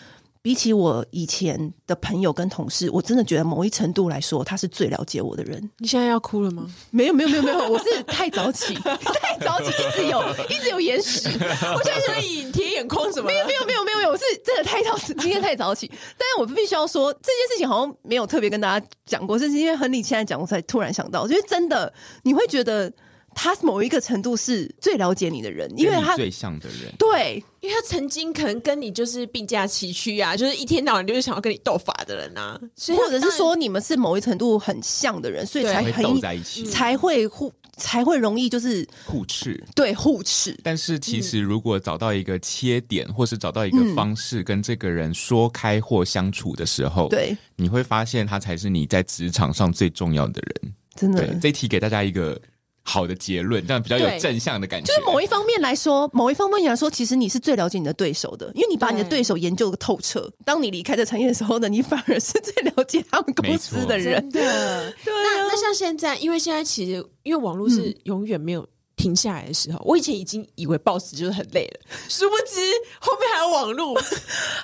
Speaker 1: 比起我以前的朋友跟同事，我真的觉得某一程度来说，他是最了解我的人。
Speaker 3: 你现在要哭了吗？
Speaker 1: 没有没有没有没有，我是太早起，太早起，一直有一直有延时。
Speaker 3: 我现在觉得你铁眼眶什么的？
Speaker 1: 没有没有没有没有，我是真的太早起，今天太早起。但是我必须要说，这件事情好像没有特别跟大家讲过，是因为亨利现在讲，我才突然想到，我觉得真的你会觉得他某一个程度是最了解你的人，因为
Speaker 2: 跟你
Speaker 1: 他
Speaker 2: 最像的人，
Speaker 1: 对
Speaker 3: 因为他曾经可能跟你就是并驾齐驱啊，就是一天到晚就是想要跟你斗法的人啊，所以他
Speaker 1: 或者是说你们是某一程度很像的人，所以
Speaker 3: 对
Speaker 1: 才
Speaker 2: 会
Speaker 1: 哎很
Speaker 2: 斗在一起，
Speaker 1: 才会互才会容易就是
Speaker 2: 互斥。
Speaker 1: 对互斥。
Speaker 2: 但是
Speaker 1: 嗯
Speaker 2: 其实，如果找到一个切点，或是找到一个方式跟这个人说开或相处的时候，
Speaker 1: 对，
Speaker 2: 你会发现他才是你在职场上最重要的人。
Speaker 1: 真的
Speaker 2: 对，这一题给大家一个好的结论，这样比较有
Speaker 3: 对
Speaker 2: 正向的感觉。
Speaker 1: 就是某一方面来说，某一方面来说，其实你是最了解你的对手的，因为你把你的
Speaker 3: 对
Speaker 1: 对手研究的透
Speaker 2: 嗯
Speaker 1: 彻。当你离开这产业的时候呢，你反而是最了解他们公司的人。
Speaker 3: 真的。
Speaker 1: 对
Speaker 3: 那
Speaker 1: 啊
Speaker 3: 那，像现在，因为现在其实因为网络是永远没有停下来的时候，我以前已经以为 boss 就是很累了，殊不知后面还有网络。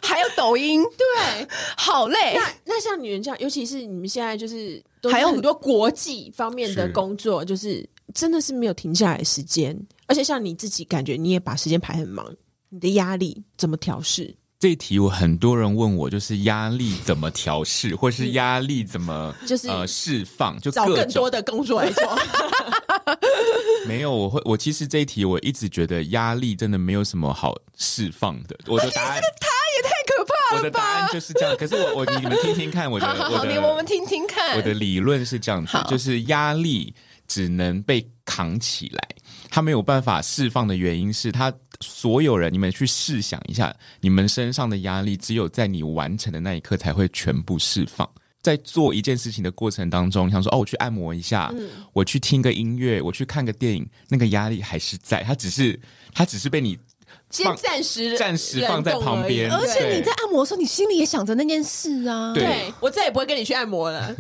Speaker 1: 还有抖音，
Speaker 3: 对，
Speaker 1: 好累
Speaker 3: 那。那像你们这样，尤其是你们现在就是都
Speaker 1: 还有
Speaker 3: 很多国际方面的
Speaker 2: 是
Speaker 3: 工作，就是真的是没有停下来的时间，而且像你自己感觉你也把时间排很忙，你的压力怎么调试？
Speaker 2: 这一题，我很多人问我，就是压力怎么调试，或
Speaker 1: 嗯
Speaker 2: 是压力怎么
Speaker 3: 就是
Speaker 2: 呃释放，就
Speaker 3: 找
Speaker 2: 各
Speaker 3: 更
Speaker 2: 种
Speaker 3: 多的工作来做，
Speaker 2: 没有，我会，我其实这一题我一直觉得压力真的没有什么好释放的。我的答案，
Speaker 1: 太可怕
Speaker 2: 我的答案就是这样。可是我我你们听听看，我的
Speaker 1: 好好
Speaker 2: 我
Speaker 1: 好，
Speaker 2: 的
Speaker 1: 你我们听听看。
Speaker 2: 我的理论是这样子
Speaker 1: 好，
Speaker 2: 就是压力只能被扛起来，它没有办法释放的原因是，它所有人，你们去试想一下，你们身上的压力，只有在你完成的那一刻才会全部释放。在做一件事情的过程当中，你想说哦，我去按摩一下，我去听个音乐，我去看个电影，那个压力还是在，它只是它只是被你
Speaker 3: 先
Speaker 2: 放
Speaker 3: 暂时
Speaker 2: 暂时放在
Speaker 3: 冷冻而已
Speaker 2: 旁边
Speaker 1: 而且你
Speaker 2: 对
Speaker 1: 在按摩的时候，你心里也想着那件事啊。
Speaker 2: 对
Speaker 3: 对我再也不会跟你去按摩 了。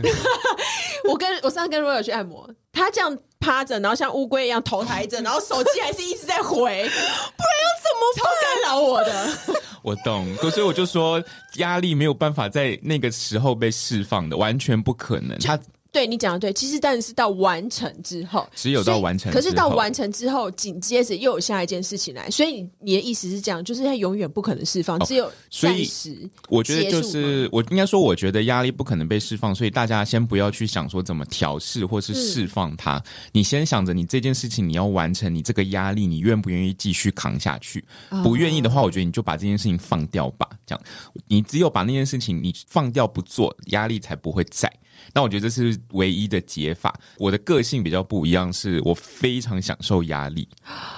Speaker 3: 我跟我上次跟 Royal 去按摩，他这样趴着，然后像乌龟一样头抬着，然后手机还是一直在 回，不然要怎么超干扰我的？
Speaker 2: 我懂，所以我就说，压力没有办法在那个时候被释放的，完全不可能。它
Speaker 3: 对你讲的对，其实但是到完成之后，
Speaker 2: 只有到完成
Speaker 3: 所
Speaker 2: 之后
Speaker 3: 以可是到完成之后，紧接着又有下一件事情来，所以你你的意思是这样，就是它永远不可能释放，只有
Speaker 2: 哦所
Speaker 3: 暂
Speaker 2: 以
Speaker 3: 时。
Speaker 2: 我觉得就
Speaker 3: 结
Speaker 2: 是我应该说，我觉得压力不可能被释放，所以大家先不要去想说怎么调试或是释放它。你先想着你这件事情你要完成，你这个压力你愿不愿意继续扛下去？不愿意的话，我觉得你就把这件事情放掉吧。这样，你只有把那件事情你放掉不做，压力才不会在。那我觉得这是唯一的解法。我的个性比较不一样，是我非常享受压力，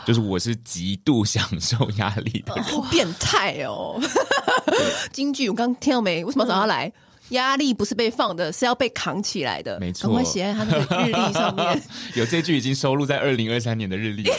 Speaker 2: 就是我是极度 享受压力的
Speaker 1: 好变态哦！京剧，我刚听到没？为什么要找他来？压力不是被放的，是要被扛起来的。
Speaker 2: 嗯没错
Speaker 1: 赶快写在他那个日历上面，
Speaker 2: 有这句已经收录在二零二三年的日历了。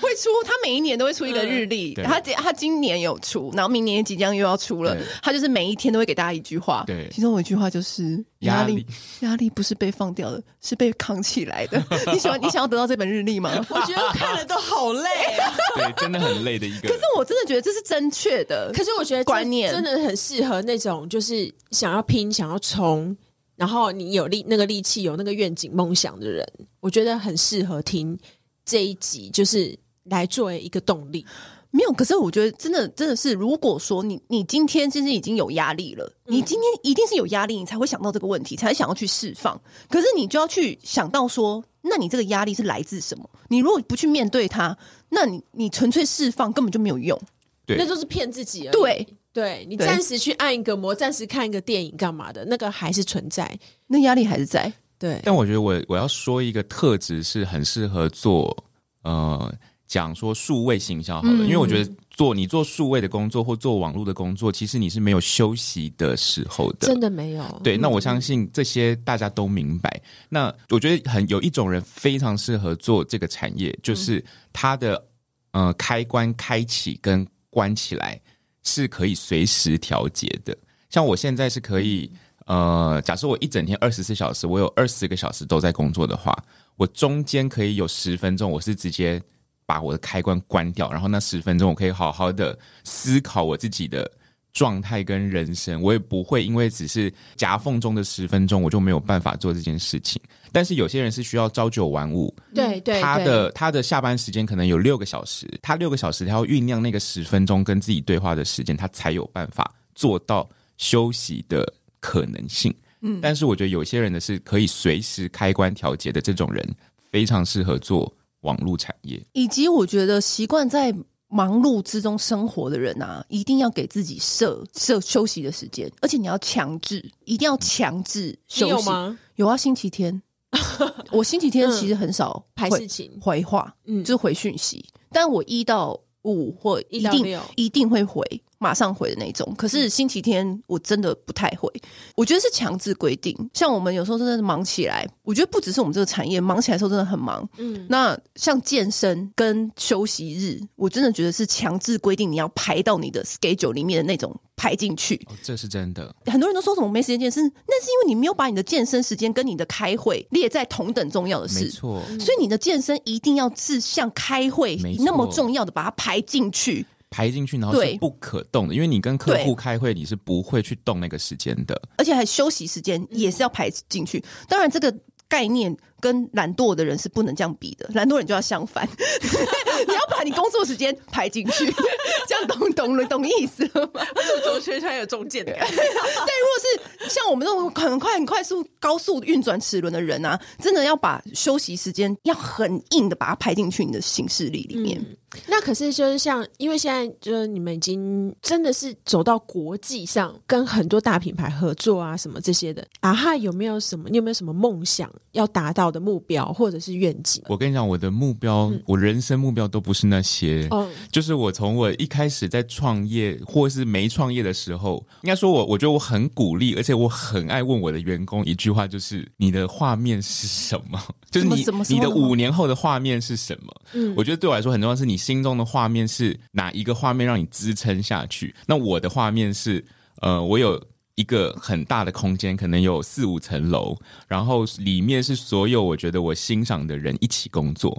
Speaker 1: 会出他每一年都会出一个日历，
Speaker 2: 嗯对
Speaker 1: 他今他今年有出，然后明年也即将又要出了
Speaker 2: 对。
Speaker 1: 他就是每一天都会给大家一句话，
Speaker 2: 对
Speaker 1: 其中有一句话就是
Speaker 2: 压
Speaker 1: 压力，压力不是被放掉的，是被扛起来 的。你喜欢你想要得到这本日历吗？
Speaker 3: 我觉得看了都好累、啊，
Speaker 2: 对，真的很累的一个。
Speaker 1: 可是我真的觉得这是正确的，
Speaker 3: 可是我觉得这
Speaker 1: 观念
Speaker 3: 真的很适合那种就是想要拼、想要冲，然后你有力那个力气、有那个愿景、梦想的人，我觉得很适合听这一集，就是来作为一个动力。
Speaker 1: 没有，可是我觉得真的真的是，如果说你你今天其实已经有压力了，
Speaker 3: 嗯
Speaker 1: 你今天一定是有压力，你才会想到这个问题，才会想要去释放。可是你就要去想到说，那你这个压力是来自什么？你如果不去面对它，那你你纯粹释放根本就没有用。
Speaker 2: 对
Speaker 3: 那都是骗自己而已。
Speaker 1: 对，
Speaker 3: 对你
Speaker 1: 对
Speaker 3: 暂时去按一个摩，暂时看一个电影干嘛的，那个还是存在。
Speaker 1: 那压力还是在。
Speaker 3: 对，
Speaker 2: 但我觉得我我要说一个特质是很适合做呃讲说数位行销好了，因为我觉得
Speaker 1: 嗯
Speaker 2: 做你做数位的工作或做网络的工作，其实你是没有休息的时候的。
Speaker 3: 真的没有。
Speaker 2: 对，那我相信这些大家都明白。那我觉得很有一种人非常适合做这个产业，就是他的呃开关开启跟关起来是可以随时调节的。像我现在是可以，呃，假设我一整天二十四小时，我有二十个小时都在工作的话，我中间可以有十分钟，我是直接把我的开关关掉，然后那十分钟我可以好好的思考我自己的状态跟人生，我也不会因为只是夹缝中的十分钟，我就没有办法做这件事情。但是有些人是需要朝九晚五，
Speaker 1: 嗯
Speaker 3: 对对，
Speaker 2: 他
Speaker 3: 对
Speaker 2: 的他的下班时间可能有六个小时，他六个小时他要酝酿那个十分钟跟自己对话的时间，他才有办法做到休息的可能性。嗯，但是我觉得有些人的是可以随时开关调节的，这种人非常适合做网络产业。
Speaker 1: 以及我觉得习惯在忙碌之中生活的人啊，一定要给自己设设休息的时间，而且你要强制，一定要强制休息。
Speaker 3: 你有吗？
Speaker 1: 有啊，星期 天，我星期天其实很少
Speaker 3: 嗯排
Speaker 1: 回
Speaker 3: 事情
Speaker 1: 回话，
Speaker 3: 嗯
Speaker 1: 就是回讯息，但我一到五或
Speaker 3: 一
Speaker 1: 一
Speaker 3: 到
Speaker 1: 定
Speaker 3: 六嗯
Speaker 1: 一定会回，马上回的那种。可是星期天我真的不太会，我觉得是强制规定。像我们有时候真的忙起来，我觉得不只是我们这个产业忙起来的时候真的很忙。嗯，那像健身跟休息日，我真的觉得是强制规定你要排到你的 schedule 里面的那种排进去。
Speaker 2: 哦，这是真的。
Speaker 1: 很多人都说什么没时间健身，那是因为你没有把你的健身时间跟你的开会列在同等重要的
Speaker 2: 没
Speaker 1: 事。
Speaker 2: 错，
Speaker 1: 所以你的健身一定要是像开会
Speaker 2: 没错
Speaker 1: 那么重要的，把它排进去。
Speaker 2: 排进去然后
Speaker 1: 对
Speaker 2: 是不可动的，因为你跟客
Speaker 1: 对
Speaker 2: 户开会，你是不会去动那个时间的。
Speaker 1: 而且还休息时间也是要排进去。当然，这个概念跟懒惰的人是不能这样比的，懒惰人就要相反， 你要把你工作时间排进去，这样懂懂了懂意思了吗？
Speaker 3: 中圈圈有中箭的感觉。
Speaker 1: 但如果是像我们这种很快很快速高速运转齿轮的人啊，真的要把休息时间要很硬的把它排进去你的行事历里面。
Speaker 2: 嗯
Speaker 3: 那可是就是像，因为现在就是你们已经真的是走到国际上，跟很多大品牌合作啊，什么这些的。啊哈，有没有什么？你有没有什么梦想要达到的目标或者是愿景？
Speaker 2: 我跟你讲，我的目标，
Speaker 1: 嗯
Speaker 2: 我人生目标都不是那些。
Speaker 3: 哦，
Speaker 2: 就是我从我一开始在创业或是没创业的时候，应该说我我觉得我很鼓励，而且我很爱问我的员工一句话，就是你的画面是什 么？就是你
Speaker 1: 什么什么时候
Speaker 2: 你的
Speaker 1: 的吗
Speaker 2: 五年后的画面是什么？
Speaker 3: 嗯
Speaker 2: 我觉得对我来说很重要，是你心中的画面是哪一个画面让你支撑下去？那我的画面是，呃，我有一个很大的空间，可能有四五层楼，然后里面是所有我觉得我欣赏的人一起工作，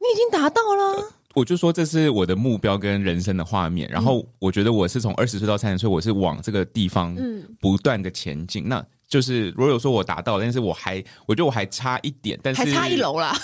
Speaker 1: 你已经达到了，
Speaker 2: 我就说这是我的目标跟人生的画面，然
Speaker 1: 嗯
Speaker 2: 后我觉得我是从二十岁到三十岁，我是往这个地方
Speaker 1: 嗯
Speaker 2: 不断的前进。那就是如果有说我达到了，但是我还我觉得我还差一点，但是
Speaker 1: 还差一，楼啊啦。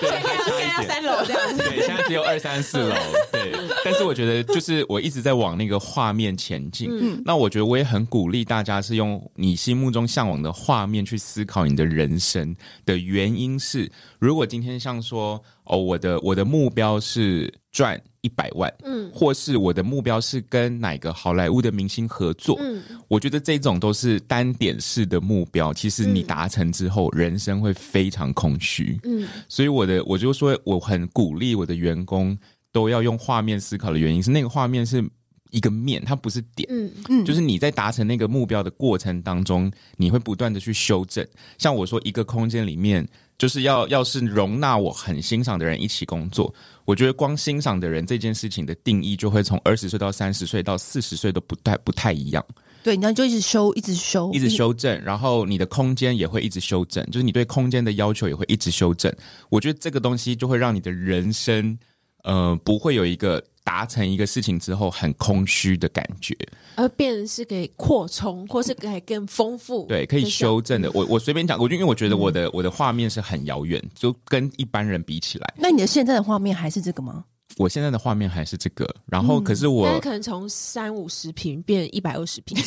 Speaker 2: 对， 还差
Speaker 3: 啊
Speaker 2: 一点。
Speaker 3: 楼这样子。
Speaker 2: 对，现在只有二三四楼。对，但是我觉得就是我一直在往那个画面前进。那我觉得我也很鼓励大家是用你心目中向往的画面去思考你的人生的原因是，如果今天像说哦，我的我的目标是赚一百万，嗯，或是我的目标是跟哪个好莱坞的明星合作，嗯，我觉得这种都是单点式的目标，其实你达成之后，人生会非常空虚，嗯，所以我的我就说我很鼓励我的员工都要用画面思考的原因是那个画面是一个面，它不是点，
Speaker 3: 嗯
Speaker 1: 嗯
Speaker 2: 就是你在达成那个目标的过程当中，你会不断的去修正。像我说，一个空间里面，就是要要是容纳我很欣赏的人一起工作，我觉得光欣赏的人这件事情的定义，就会从二十岁到三十岁到四十岁都不太不太一样，
Speaker 1: 对，然后就一直修，一直修，
Speaker 2: 一直修正，然后你的空间也会一直修正，就是你对空间的要求也会一直修正。我觉得这个东西就会让你的人生，呃，不会有一个达成一个事情之后很空虚的感觉。
Speaker 3: 而变成是给扩充，或是给更丰富。
Speaker 2: 对，可以。修正的。我我随便讲，我就因为我觉得我
Speaker 3: 嗯
Speaker 2: 的、我的画面是很遥远，就跟一般人比起来，
Speaker 1: 那你的现在的画面还是这个吗？
Speaker 2: 我现在的画面还是这个。然后，可是
Speaker 3: 嗯
Speaker 2: 我、
Speaker 3: 但是可能从三五十平变一百二十平，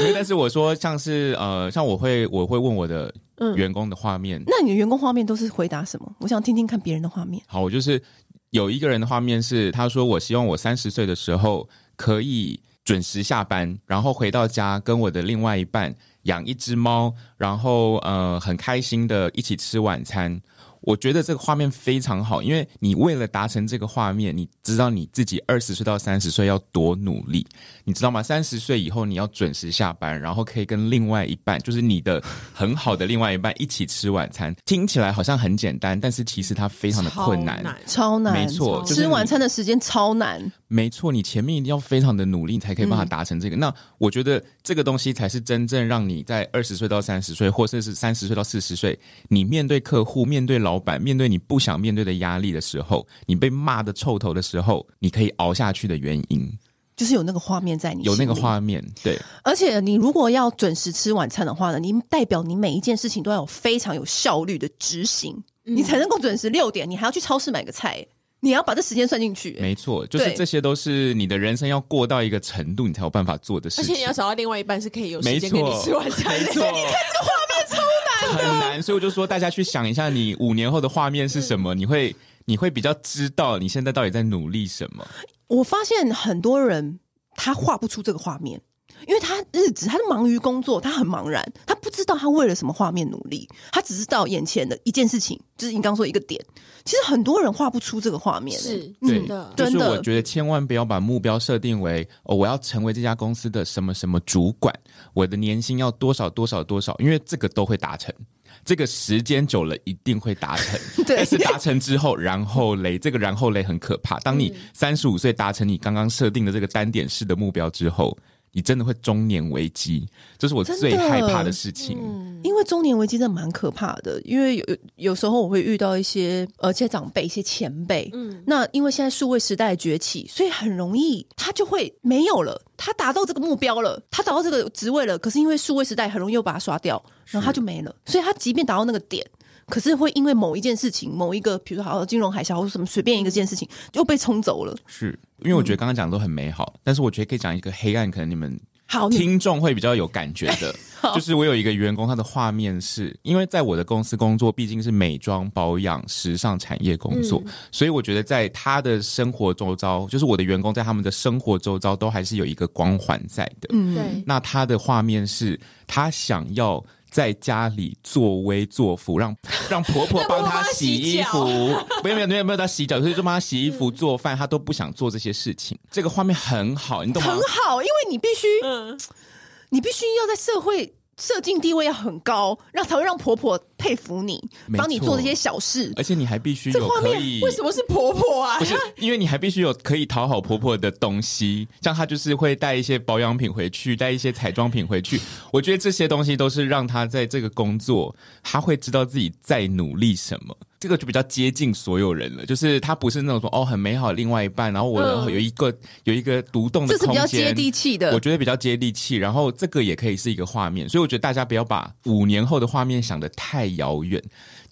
Speaker 2: 因为但是我说像是呃，像我会我会问我的
Speaker 3: 嗯
Speaker 2: 员工的画面，
Speaker 1: 那你的员工画面都是回答什么？我想听听看别人的画面。
Speaker 2: 好，我就是有一个人的画面是，他说我希望我三十岁的时候可以准时下班，然后回到家跟我的另外一半养一只猫，然后呃很开心的一起吃晚餐。我觉得这个画面非常好，因为你为了达成这个画面，你知道你自己二十岁到三十岁要多努力，你知道吗？三十岁以后你要准时下班，然后可以跟另外一半，就是你的很好的另外一半一起吃晚餐。听起来好像很简单，但是其实它 非常的困难。
Speaker 3: 超
Speaker 1: 超难，
Speaker 2: 没错，就是
Speaker 1: 吃晚
Speaker 2: 你
Speaker 1: 餐的时间超难，
Speaker 2: 没错，你前面一定要非常的努力，才可以
Speaker 1: 嗯
Speaker 2: 办法达成这个。那我觉得这个东西才是真正让你在二十岁到三十岁，或者是三十岁到四十岁，你面对客户、面对老板、面对你不想面对的压力的时候，你被骂的臭头的时候，你可以熬下去的原因，
Speaker 1: 就是有那个画面在你
Speaker 2: 有那个
Speaker 1: 心里。
Speaker 2: 画面。对，
Speaker 1: 而且你如果要准时吃晚餐的话呢，你代表你每一件事情都要有非常有效率的执行，
Speaker 3: 嗯
Speaker 1: 你才能够准时六点。你还要去超市买个菜，你要把这时间算进去。
Speaker 2: 没错，就是
Speaker 1: 对
Speaker 2: 这些都是你的人生要过到一个程度，你才有办法做的事
Speaker 3: 而
Speaker 2: 情。
Speaker 3: 且你要找到另外一半是可以有
Speaker 2: 没
Speaker 3: 时间
Speaker 2: 错，
Speaker 3: 跟你吃晚餐
Speaker 2: 没
Speaker 3: 的。
Speaker 2: 错，你看这个画面超难，很难。所以我就说，大家去想一下，你五年后的画面是什
Speaker 3: 嗯
Speaker 2: 么？你会你会比较知道你现在到底在努力什么？
Speaker 1: 我发现很多人他画不出这个画面，因为他日子他是忙于工作，他很茫然，他不知道他为了什么画面努力，他只知道眼前的一件事情，就是你刚说一个点。其实很多人画不出这个画面、欸，
Speaker 3: 是
Speaker 1: 嗯
Speaker 2: 对
Speaker 3: 真的，
Speaker 2: 就是
Speaker 1: 真的
Speaker 2: 我觉得千万不要把目标设定为哦，我要成为这家公司的什么什么主管，我的年薪要多少多少多少，因为这个都会达成，这个时间久了一定会达成。
Speaker 1: 对
Speaker 2: 但是达成之后，然后嘞，这个然后嘞很可怕。当
Speaker 1: 嗯
Speaker 2: 你三十五岁达成你刚刚设定的这个单点式的目标之后，你真的会中年危机，这是我
Speaker 1: 真的嗯
Speaker 2: 最害怕的事情。
Speaker 1: 因为中年危机真的蛮可怕的，因为有有有时候我会遇到一些呃，一些长辈、一些前辈，嗯，那因为现在数位时代崛起，所以很容易他就会没有了，他达到这个目标了，他达到这个职位了，可是因为数位时代很容易又把它刷掉，然后他就没了，所以他即便达到那个点。可是会因为某一件事情，某一个，比如说好像金融海啸或者什么随便一个件事情，就被冲走了。
Speaker 2: 是因为我觉得刚刚讲的都很美好，但是我觉得可以讲一个黑暗，可哦能你们
Speaker 1: 好，你
Speaker 2: 听众会比较有感觉 的，就是我有一个员工，他的画面是因为在我的公司工作，毕竟是美妆保养、时尚产业工作，所以我觉得在他的生活周遭，就是我的员工在他们的生活周遭都还是有一个光环在的。
Speaker 1: 嗯，
Speaker 3: 对，
Speaker 2: 那他的画面是他想要。在家里作威作福，让让婆 婆帮他洗嗯衣服，没有没有没有没有，他洗脚，所以就帮他洗衣服、做饭，他都不想做这些事情。这个画面很好，你懂吗
Speaker 1: 很？好，因为你必须
Speaker 3: 嗯，
Speaker 1: 你必须要在社会社经地位要很高，让才会让婆婆佩服你
Speaker 2: 没，错
Speaker 1: 帮你做这些小事。
Speaker 2: 而且你还必须
Speaker 1: 这
Speaker 2: 有
Speaker 1: 画
Speaker 2: 可
Speaker 1: 面
Speaker 2: 以
Speaker 3: 为什么是婆婆啊
Speaker 2: 不？是，因为你还必须有可以讨好婆婆的东西，像她就是会带一些保养品回去，带一些彩妆品回去。我觉得这些东西都是让她在这个工作，她会知道自己在努力什么。这个就比较接近所有人了，就是她不是那种说哦很美好的另外一半，然后我
Speaker 3: 嗯
Speaker 2: 有一个、有一个独栋的
Speaker 1: 这是
Speaker 2: 空
Speaker 1: 比
Speaker 2: 间，
Speaker 1: 较接地气的
Speaker 2: 我觉得比较接地气，然后这个也可以是一个画面，所以我觉得大家不要把五年后的画面想得太遥远，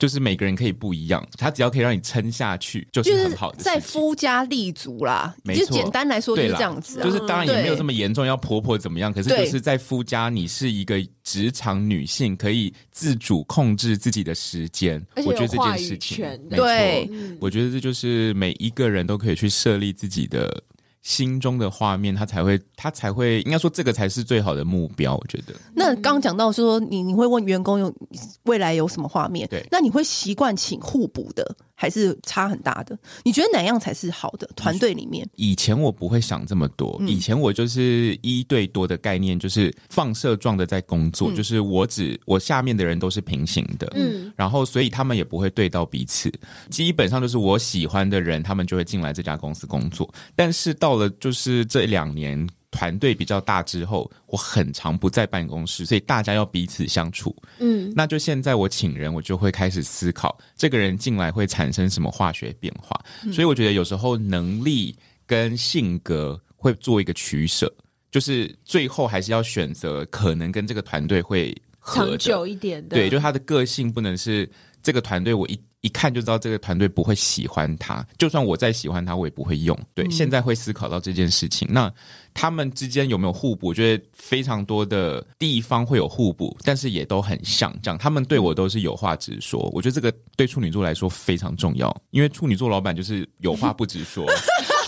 Speaker 2: 就是每个人可以不一样，他只要可以让你撑下去，就
Speaker 1: 就是是
Speaker 2: 很好的事情。
Speaker 1: 在夫家立足啦，
Speaker 2: 没
Speaker 1: 就
Speaker 2: 错
Speaker 1: 简单来说就
Speaker 2: 对
Speaker 1: 是
Speaker 2: 啦
Speaker 1: 这样子啊。
Speaker 2: 就是当然也
Speaker 1: 对
Speaker 2: 没有这么严重，要婆婆怎么样？可是
Speaker 1: 对
Speaker 2: 就是在夫家，你是一个职场女性，可以自主控制自己的时间。
Speaker 3: 而且
Speaker 2: 我觉得这
Speaker 3: 有话
Speaker 2: 件
Speaker 3: 语
Speaker 2: 事情
Speaker 3: 权，嗯
Speaker 2: 没错
Speaker 1: 对
Speaker 2: 我觉得这就是每一个人都可以去设立自己的心中的画面，他才会，他才会，应该说这个才是最好的目标。我觉得
Speaker 1: 那刚刚讲到说，你你会问员工有未来有什么画面？
Speaker 2: 对
Speaker 1: 那你会习惯请互补的，还是差很大的？你觉得哪样才是好的？团队里面
Speaker 2: 以前我不会想这么多，
Speaker 1: 嗯
Speaker 2: 以前我就是一对多的概念，就是放射状的在工
Speaker 1: 嗯
Speaker 2: 作，就是我只我下面的人都是平行的，嗯，然后所以他们也不会对到彼此，基本上就是我喜欢的人，他们就会进来这家公司工作。但是到了就是这两年。团队比较大之后，我很常不在办公室，所以大家要彼此相处。
Speaker 3: 嗯，
Speaker 2: 那就现在我请人，我就会开始思考这个人进来会产生什么化学变化。所以我觉得有时候能力跟性格会做一个取舍，就是最后还是要选择可能跟这个团队会合
Speaker 3: 长
Speaker 2: 的
Speaker 3: 久一点的，
Speaker 2: 对，就他的个性不能是这个团队，我一一看就知道这个团队不会喜欢他，就算我再喜欢他，我也不会用。对，
Speaker 3: 嗯
Speaker 2: 现在会思考到这件事情。那他们之间有没有互补？我觉得非常多的地方会有互补，但是也都很像。这样，他们对我都是有话直说。我觉得这个对处女座来说非常重要，因为处女座老板就是有话不 直说。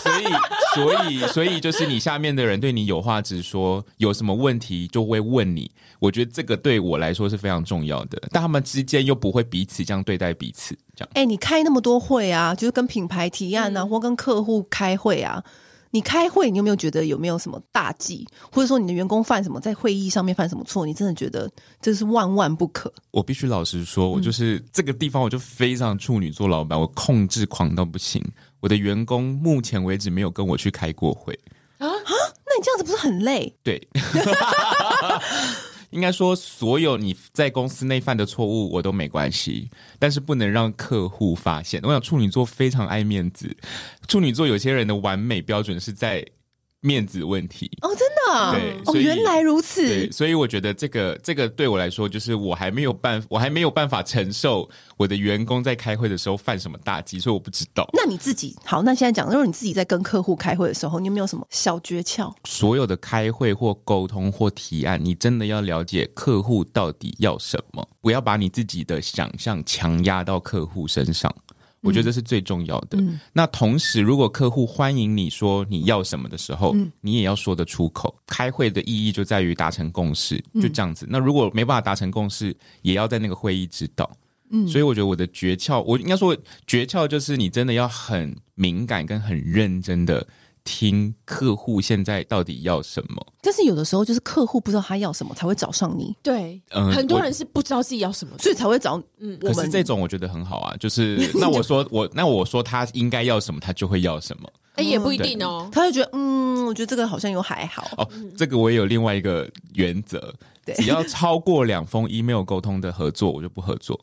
Speaker 2: 所以，所以，所以就是你下面的人对你有话直说，有什么问题就会问你。我觉得这个对我来说是非常重要的，但他们之间又不会彼此这样对待彼此，这样。
Speaker 1: 哎、你开那么多会啊，就是跟品牌提案啊，
Speaker 3: 嗯
Speaker 1: 或跟客户开会啊。你开会，你有没有觉得有没有什么大忌，或者说你的员工犯什么在会议上面犯什么错？你真的觉得这是万万不可？
Speaker 2: 我必须老实说，我就是、这个地方，我就非常处女座老板，我控制狂到不行。我的员工目前为止没有跟我去开过会，
Speaker 1: 那你这样子不是很累？
Speaker 2: 对， 应该说所有你在公司内犯的错误我都没关系，但是不能让客户发现。我想处女座非常爱面子，处女座有些人的完美标准是在面子问题。
Speaker 1: 哦，真的啊、
Speaker 2: 对
Speaker 1: 哦，
Speaker 2: 所以
Speaker 1: 原来如
Speaker 2: 对，
Speaker 1: 此。
Speaker 2: 所以我觉得这个这个对我来说，就是我还没有办，我还没有办法承受我的员工在开会的时候犯什么大忌，所以我不知道。
Speaker 1: 那你自己好，那现在讲，如果你自己在跟客户开会的时候，你有没有什么小诀窍？
Speaker 2: 所有的开会或沟通或提案，你真的要了解客户到底要什么，不要把你自己的想象强压到客户身上。我觉得这是最重要的。那同时，如果客户欢迎你说你要什么的时候，你也要说得出口。开会的意义就在于达成共识，就这样子。那如果没办法达成共识，也要在那个会议知道。嗯，所以我觉得我的诀窍，我应该说诀窍就是你真的要很敏感跟很认真的听客户现在到底要什么。
Speaker 1: 但是有的时候就是客户不知道他要什么才会找上你，
Speaker 3: 对，
Speaker 2: 嗯
Speaker 3: 很多
Speaker 2: 我
Speaker 3: 人是不知道自己要什么的，
Speaker 1: 所以才会找嗯我
Speaker 2: 可是
Speaker 1: 们
Speaker 2: 这种我觉得很好啊，就是那我说我那我说他应该要什么，他就会要什么。
Speaker 3: 哎，也不一定哦。
Speaker 1: 他就觉得嗯，我觉得这个好像又还好。
Speaker 2: 哦，这个我也有另外一个原则，
Speaker 1: 对
Speaker 2: 只要超过两封 email 沟通的合作，我就不合作，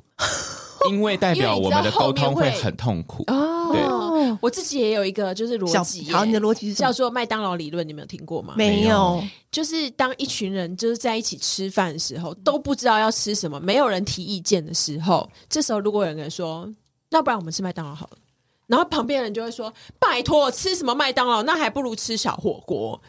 Speaker 2: 因为代表我们的沟通会很痛苦。
Speaker 3: 哦，
Speaker 1: 哦，
Speaker 3: 我自己也有一个就是逻
Speaker 1: 小
Speaker 3: 辑耶，
Speaker 1: 好，你的逻辑是什
Speaker 3: 叫
Speaker 1: 么？
Speaker 3: 做麦当劳理论，你们有听过吗？
Speaker 1: 啊没有，
Speaker 3: 就是当一群人就是在一起吃饭的时候，都不知道要吃什么，没有人提意见的时候，这时候如果有人说，那不然我们吃麦当劳好了，然后旁边人就会说，拜托，吃什么麦当劳？那还不如吃小火锅。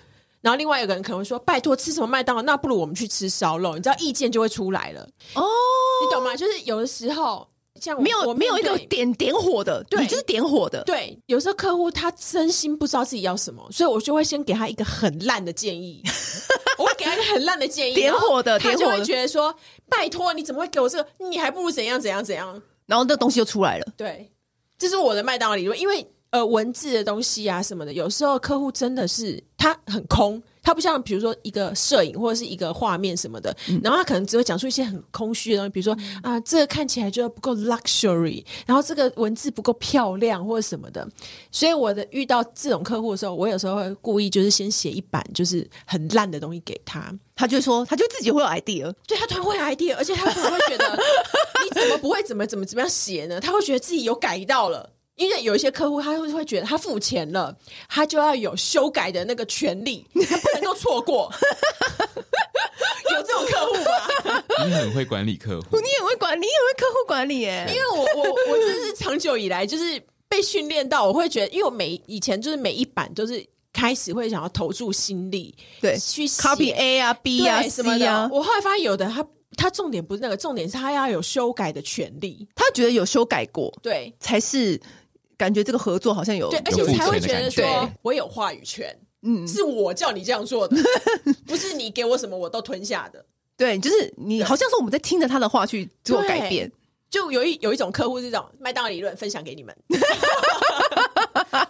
Speaker 3: 然后另外有个人可能会说，拜托，吃什么麦当劳？那不如我们去吃烧肉。你知道意见就会出来了，
Speaker 1: 哦，
Speaker 3: 你懂吗？就是有的时候像我
Speaker 1: 没
Speaker 3: 我
Speaker 1: 有没
Speaker 3: 面
Speaker 1: 有一个
Speaker 3: 对
Speaker 1: 点点火的，
Speaker 3: 对
Speaker 1: 你就是点火的。
Speaker 3: 对，有时候客户他真心不知道自己要什么，所以我就会先给他一个很烂的 建议，我会给他一个很烂的建议，
Speaker 1: 点火的
Speaker 3: 然后他就
Speaker 1: 点火
Speaker 3: 会
Speaker 1: 的
Speaker 3: 觉得说：“拜托，你怎么会给我这个？你还不如怎样怎样怎样。
Speaker 1: 然后那东西就出来了”，
Speaker 3: 对，这是我的麦当劳理论，因为呃，文字的东西啊什么的，有时候客户真的是他很空。他不像比如说一个摄影或者是一个画面什么的，然后他可能只会讲出一些很空虚的东西，比如说啊、这个看起来就不够 luxury，然后这个文字不够漂亮或者什么的，所以我的遇到这种客户的时候，我有时候会故意就是先写一版就是很烂的东西给他，
Speaker 1: 他就说，他就自己会有 idea。
Speaker 3: 对他突然会有 idea，而且他可能会觉 得你怎么不会怎么怎么怎么样写呢？他会觉得自己有改到了。因为有一些客户，他会会觉得他付钱了，他就要有修改的那个权利，他不能够错过。 有这种客户吧？
Speaker 2: 你很会管理客户
Speaker 1: 你，也会管，你也会客户管理耶
Speaker 3: 因。为我我我真的是长久以来就是被训练到，我会觉得，因为我每以前就是每一版都是开始会想要投注心力，
Speaker 1: 对
Speaker 3: 去写
Speaker 1: ，copy A 啊，B 啊
Speaker 3: 对什么
Speaker 1: ，C
Speaker 3: 的。
Speaker 1: 啊，
Speaker 3: 我后来发现有的他他重点不是那个，重点是他要有修改的权利。
Speaker 1: 他觉得有修改过，
Speaker 3: 对
Speaker 1: 才是感觉这个合作好像有
Speaker 3: 对，而且
Speaker 2: 有
Speaker 3: 我
Speaker 2: 付
Speaker 3: 才会
Speaker 2: 钱的
Speaker 3: 觉得
Speaker 2: 感
Speaker 1: 觉
Speaker 3: 说
Speaker 1: 对
Speaker 3: 我有话语权，
Speaker 1: 嗯，
Speaker 3: 是我叫你这样 做的，不是你给我什么我都吞下的。
Speaker 1: 对，就是你好像是我们在听着他的话去做改变，
Speaker 3: 就有一有一种客户是这种麦当劳理论分享给你们，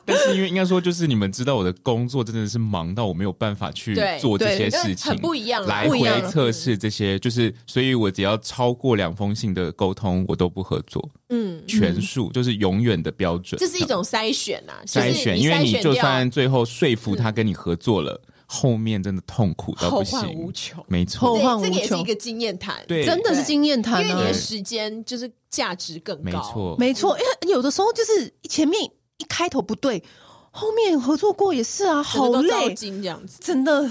Speaker 2: 但是因为应该说就是你们知道我的工作真的是忙到我没有办法去
Speaker 3: 对
Speaker 2: 做这些
Speaker 1: 对
Speaker 2: 事情，
Speaker 3: 很不一样啊
Speaker 2: 来
Speaker 1: 不一样
Speaker 2: 回测试这些，就是所以我只要超过两封信的沟通，我都不合作，
Speaker 3: 嗯，
Speaker 2: 全数就是永远的标准。
Speaker 3: 这是一种筛选啊，就是
Speaker 2: 筛
Speaker 3: 你
Speaker 2: 选，因为
Speaker 3: 筛
Speaker 2: 你
Speaker 3: 选
Speaker 2: 就
Speaker 3: 掉
Speaker 2: 算最后说服他跟你合作了，后面真的痛苦到
Speaker 3: 后
Speaker 2: 不
Speaker 3: 患无
Speaker 2: 行，
Speaker 3: 穷，
Speaker 2: 没
Speaker 1: 后
Speaker 2: 错，
Speaker 3: 对
Speaker 1: 患无
Speaker 3: 这个也是
Speaker 1: 穷
Speaker 3: 一个经验谈，
Speaker 2: 对
Speaker 1: 真的是经验
Speaker 3: 因
Speaker 1: 谈
Speaker 3: 为你
Speaker 1: 啊
Speaker 3: 的
Speaker 2: 对，
Speaker 3: 时间就是价值更高，
Speaker 2: 没错，
Speaker 1: 没错，因为有的时候就是前面一开头不对，后面合作过也是啊，
Speaker 3: 整
Speaker 1: 好
Speaker 3: 个都糟
Speaker 1: 累，
Speaker 3: 心这样子，
Speaker 1: 真的，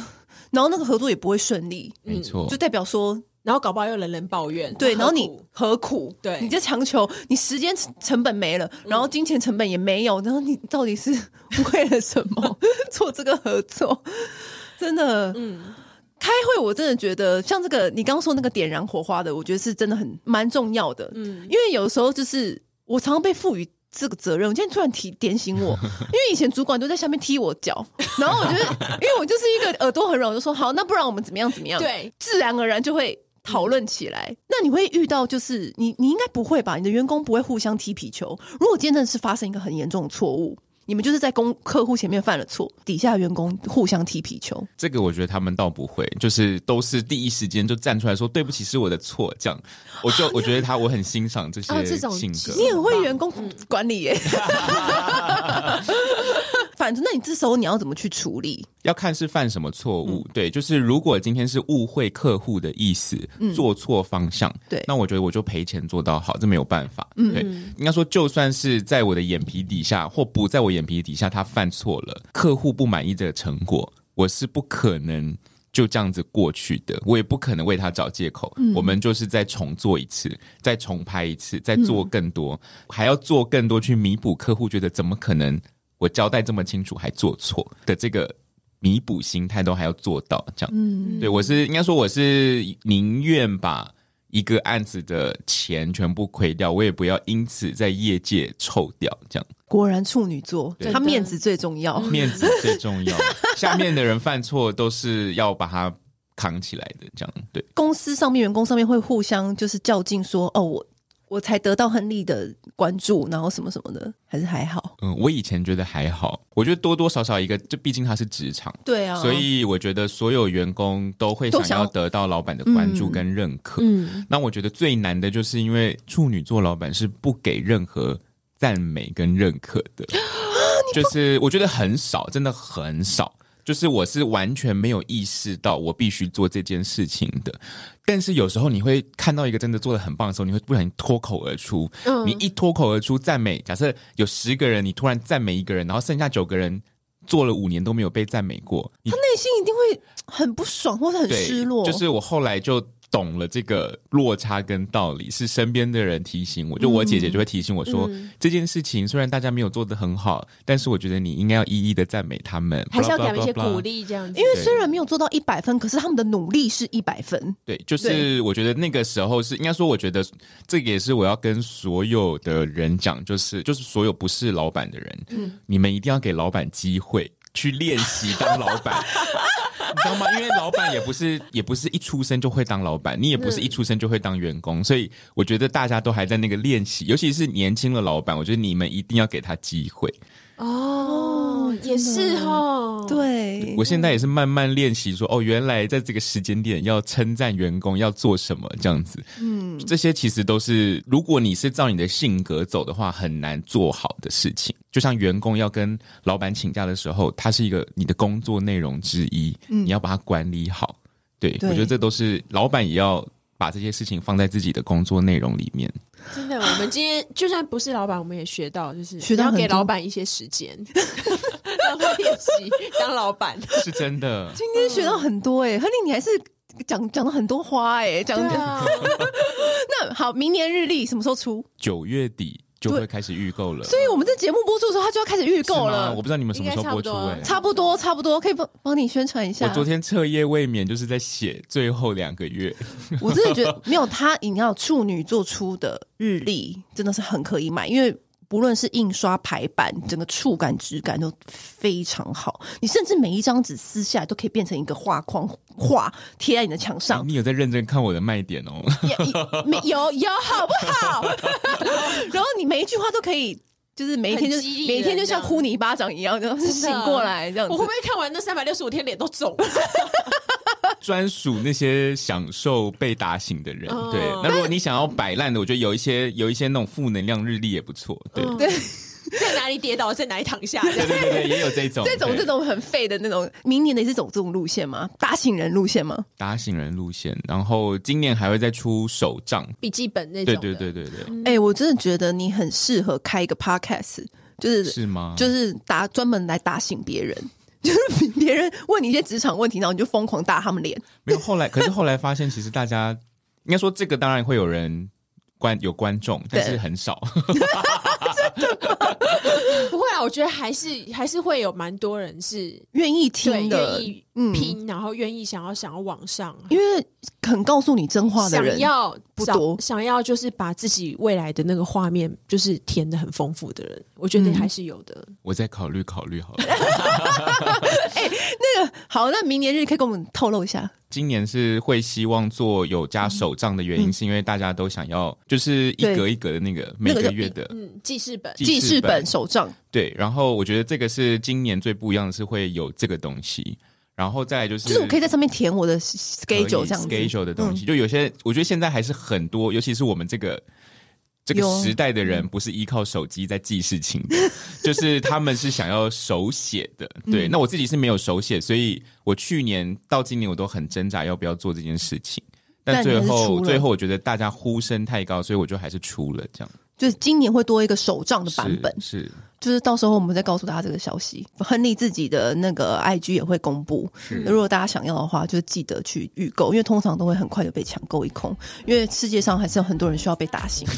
Speaker 1: 然后那个合作也不会顺利，
Speaker 2: 没
Speaker 3: 嗯
Speaker 2: 错
Speaker 1: 就。代表说
Speaker 3: 然后搞不好又人人抱怨，
Speaker 1: 对，
Speaker 3: 何
Speaker 1: 然后你
Speaker 3: 苦
Speaker 1: 何苦？
Speaker 3: 对嗯
Speaker 1: 你在强求，你时间成成本没了，然后金钱成本也没有，然后你到底是 为了什 么做这个合作？ 真的，
Speaker 3: 嗯，
Speaker 1: 开会我真的觉得像这个你刚刚说那个点燃火花的，我觉得是真的很蛮重要的，
Speaker 3: 嗯
Speaker 1: 因为有时候就是我常常被赋予。这个责任，我今天突然提点醒 我，因为以前主管都在下面踢我脚，然后我觉得，因为我就是一个耳朵很软，我就说好，那不然我们怎么样怎么样？
Speaker 3: 对，
Speaker 1: 自然而然就会讨论起来。那你会遇到就是你你应该不会吧？你的员工不会互相踢皮球。如果今天真的是发生一个很严重的错误，你们就是在公客户前面犯了错，底下员工互相踢皮球，
Speaker 2: 这个我觉得他们倒不会，就是都是第一时间就站出来说对不起是我的错，这样，我就我觉得他我很欣赏这
Speaker 3: 啊
Speaker 2: 些
Speaker 3: 这种
Speaker 2: 性
Speaker 3: 其
Speaker 2: 格
Speaker 3: 实。
Speaker 1: 你很会员工管理耶、反正，那你这时候你要怎么去处理？
Speaker 2: 要看是犯什么错误。对，就是如果今天是误会客户的意思，做错方向，
Speaker 1: 对
Speaker 2: 那我觉得我就赔钱做到好，这没有办法。对，应该说，就算是在我的眼皮底下或不在我眼皮底下，他犯错了，客户不满意这个成果，我是不可能。就这样子过去的，我也不可能为他找借口。我们就是再重做一次，再重拍一次，再做更多，还要做更多去弥补客户觉得怎么可能我交代这么清楚还做错的这个弥补心态都还要做到这样。
Speaker 1: 嗯，
Speaker 2: 对我是应该说我是宁愿把一个案子的钱全部亏掉，我也不要因此在业界臭掉，这样
Speaker 1: 果然处女座，
Speaker 2: 对嗯
Speaker 1: 他面子最重要。
Speaker 2: 面子最重要。下面的人犯错都是要把它扛起来的，这样对。
Speaker 1: 公司上面、员工上面会互相就是较劲说，哦，我我才得到亨利的关注，然后什么什么的，还是还好。
Speaker 2: 嗯，我以前觉得还好，我觉得多多少少一个，就毕竟它是职场，
Speaker 1: 对啊
Speaker 2: 所以我觉得所有员工都会
Speaker 1: 都
Speaker 2: 想
Speaker 1: 想
Speaker 2: 要得到老板的关注跟认可。
Speaker 3: 嗯，
Speaker 2: 那我觉得最难的就是因为处女座老板是不给任何赞美跟认可的，就是我觉得很少，真的很少。就是我是完全没有意识到我必须做这件事情的，但是有时候你会看到一个真的做的很棒的时候，你会不小心脱口而出。你一脱口而出赞美，假设有十个人，你突然赞美一个人，然后剩下九个人做了五年都没有被赞美过，你
Speaker 1: 内心一定会很不爽或者很
Speaker 2: 对，
Speaker 1: 失落，
Speaker 2: 就是我后来就懂了这个落差跟道理，是身边的人提醒我，就我姐
Speaker 3: 嗯
Speaker 2: 姐就会提醒我说，这件事情虽然大家没有做得很好，但是我觉得你应该要一一的赞美他们，
Speaker 3: 还是要给
Speaker 2: blah blah
Speaker 3: 他们一些
Speaker 2: blah blah
Speaker 3: 鼓。励，这样子
Speaker 1: 因。为虽然没有做到一百分，可是他们的努力是一百分。
Speaker 2: 对，就是我觉得那个时候是应该说，我觉得这个也是我要跟所有的人讲，就是就是所有不是老板的人，你们一定要给老板机会去练习当老板。 你知道吗？因为老板也不是也不是一出生就会当老板，你也不是一出生就会当员工，所以我觉得大家都还在那个练习，尤其是年轻的老板，我觉得你们一定要给他机会。
Speaker 3: 哦，也是哦，，
Speaker 1: 对
Speaker 2: 我，现在也是慢慢练习说，哦，原来在这个时间点要称赞员工要做什么这样子。嗯，这些其实都是如果你是照你的性格走的话，很难做好的事情。就像员工要跟老板请假的时候，它是一个你的工作内容之一，你要把它管理好。对，
Speaker 1: 对
Speaker 2: 我觉得这都是老板也要把这些事情放在自己的工作内容里面。
Speaker 3: 真的，我们今天就算不是老板，我们也学到，就是
Speaker 1: 学到
Speaker 3: 要
Speaker 1: 很多
Speaker 3: 给老板一些时间， 让他练习当老板。
Speaker 2: 是真的，
Speaker 1: 今天学到很多哎、亨利，你还是讲讲了很多花哎、讲
Speaker 3: 对
Speaker 1: 讲、
Speaker 3: 啊，
Speaker 1: 那好，明年日历什么时候出？
Speaker 2: 九月底就会开始预购了，
Speaker 1: 所以我们这节目播出的时候，他就要开始预购
Speaker 2: 呃是吗
Speaker 1: 了
Speaker 2: 我不。知道你们什么时候播出
Speaker 3: 应该差不多
Speaker 2: 哎、
Speaker 1: 差不多，差不多，可以帮帮你宣传一下。
Speaker 2: 我昨天彻夜未眠，就是在写最后两个月。
Speaker 1: 我真的觉得没有他，你要处女做出的日历真的是很可以买，因为不论是印刷排版，整个触感质感都非常好。你甚至每一张纸撕下来都可以变成一个画框，画贴在你的墙 上。
Speaker 2: 你有在认真看我的卖点 哦？
Speaker 1: 也也没有有好不好？ 然后你每一句话都可以，就是每一天就
Speaker 3: 很激励人
Speaker 1: 每一天就像呼你一巴掌一样，然后醒过来这样
Speaker 3: 我
Speaker 1: 子
Speaker 3: 会不。会看完那三百六十五天脸都 肿？
Speaker 2: 专属那些享受被打醒的人。
Speaker 3: 哦
Speaker 2: 对，那如果你想要摆烂的，我觉得有一些有一些那种负能量日历也不错。对，
Speaker 3: 嗯
Speaker 1: 对，
Speaker 3: 在哪里跌倒，在哪里躺下？这
Speaker 2: 对
Speaker 3: 样
Speaker 2: 对对对，也有这 种
Speaker 1: 这种
Speaker 2: 对
Speaker 1: 这种很废的那种，明年的也是走这种路线吗？大型人路线吗？
Speaker 2: 打醒人路线，然后今年还会再出手账。
Speaker 3: 笔记本那种
Speaker 2: 对
Speaker 3: 的。
Speaker 2: 对对对对，
Speaker 1: 哎、我真的觉得你很适合开一个 podcast，就是
Speaker 2: 是吗？
Speaker 1: 就是打专门来打醒别人， 就是别人问你一些职场问题，然后你就疯狂打他们脸。
Speaker 2: 没有后来，可是后来发现，其实大家应该说这个当然会有人观有观众，但是
Speaker 1: 对
Speaker 2: 很少。
Speaker 3: 不会啊，我觉得还是还是会有蛮多人是
Speaker 1: 愿意
Speaker 3: 对
Speaker 1: 听
Speaker 3: 愿
Speaker 1: 的，
Speaker 3: 意
Speaker 1: 嗯
Speaker 3: 拼，然后愿意想要想要往上，
Speaker 1: 因为肯告诉你真话的人
Speaker 3: 想，要
Speaker 1: 不
Speaker 3: 找
Speaker 1: 多
Speaker 3: 想要就是把自己未来的那个画面就是填的很丰富的人，我觉
Speaker 1: 嗯
Speaker 3: 得还是有的。
Speaker 2: 我再考虑考虑好了。
Speaker 1: 那个 好，那明年日可以跟我们透露一下。
Speaker 2: 今年是会希望做有加手账的
Speaker 1: 嗯
Speaker 2: 原因，是因为大家都想要就是一格一格的那个每个月的
Speaker 3: 嗯，记事本
Speaker 2: 记
Speaker 1: 记
Speaker 2: 事
Speaker 1: 事
Speaker 2: 本
Speaker 1: 本手账，
Speaker 2: 对，然后我觉得这个是今年最不一样的是会有这个东西，然后再来就是
Speaker 1: 就是我可以在上面填我的
Speaker 2: 可以
Speaker 1: schedule 这样子。嗯
Speaker 2: schedule 的东西，就有些我觉得现在还是很多，尤其是我们这个。这个
Speaker 1: 有嗯
Speaker 2: 时代的人不是依靠手机在记事情的，就是他们是想要手写的。对，
Speaker 1: 嗯
Speaker 2: 那我自己是没有手写，所以我去年到今年我都很挣扎要不要做这件事情，但
Speaker 1: 但你
Speaker 2: 最
Speaker 1: 还是出
Speaker 2: 后
Speaker 1: 了
Speaker 2: 最后我觉得大家呼声太高，所以我就还是出了这样
Speaker 1: 就是今年会多一个手账的版本，
Speaker 2: 是。是
Speaker 1: 就是到时候我们再告诉大家这个消息。亨利自己的那个 IG 也会公布，如果大家想要的话，就记得去预购，因为通常都会很快就被抢购一空，因为世界上还是有很多人需要被打醒的。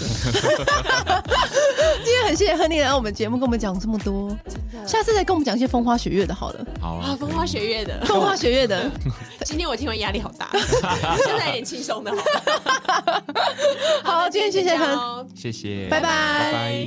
Speaker 1: 今天很谢谢亨利来到我们节目，跟我们讲这么多，下次再跟我们讲一些风花雪月的好了，
Speaker 2: 好啊
Speaker 3: 啊，，风
Speaker 2: 可以
Speaker 3: 花雪月的。
Speaker 1: 风花雪月的，
Speaker 3: 今天我听完压力好大， 现在有点轻松的好吗。
Speaker 1: 好，今天谢谢他
Speaker 3: 大家。哦
Speaker 2: 谢谢，
Speaker 1: 拜拜
Speaker 2: 拜拜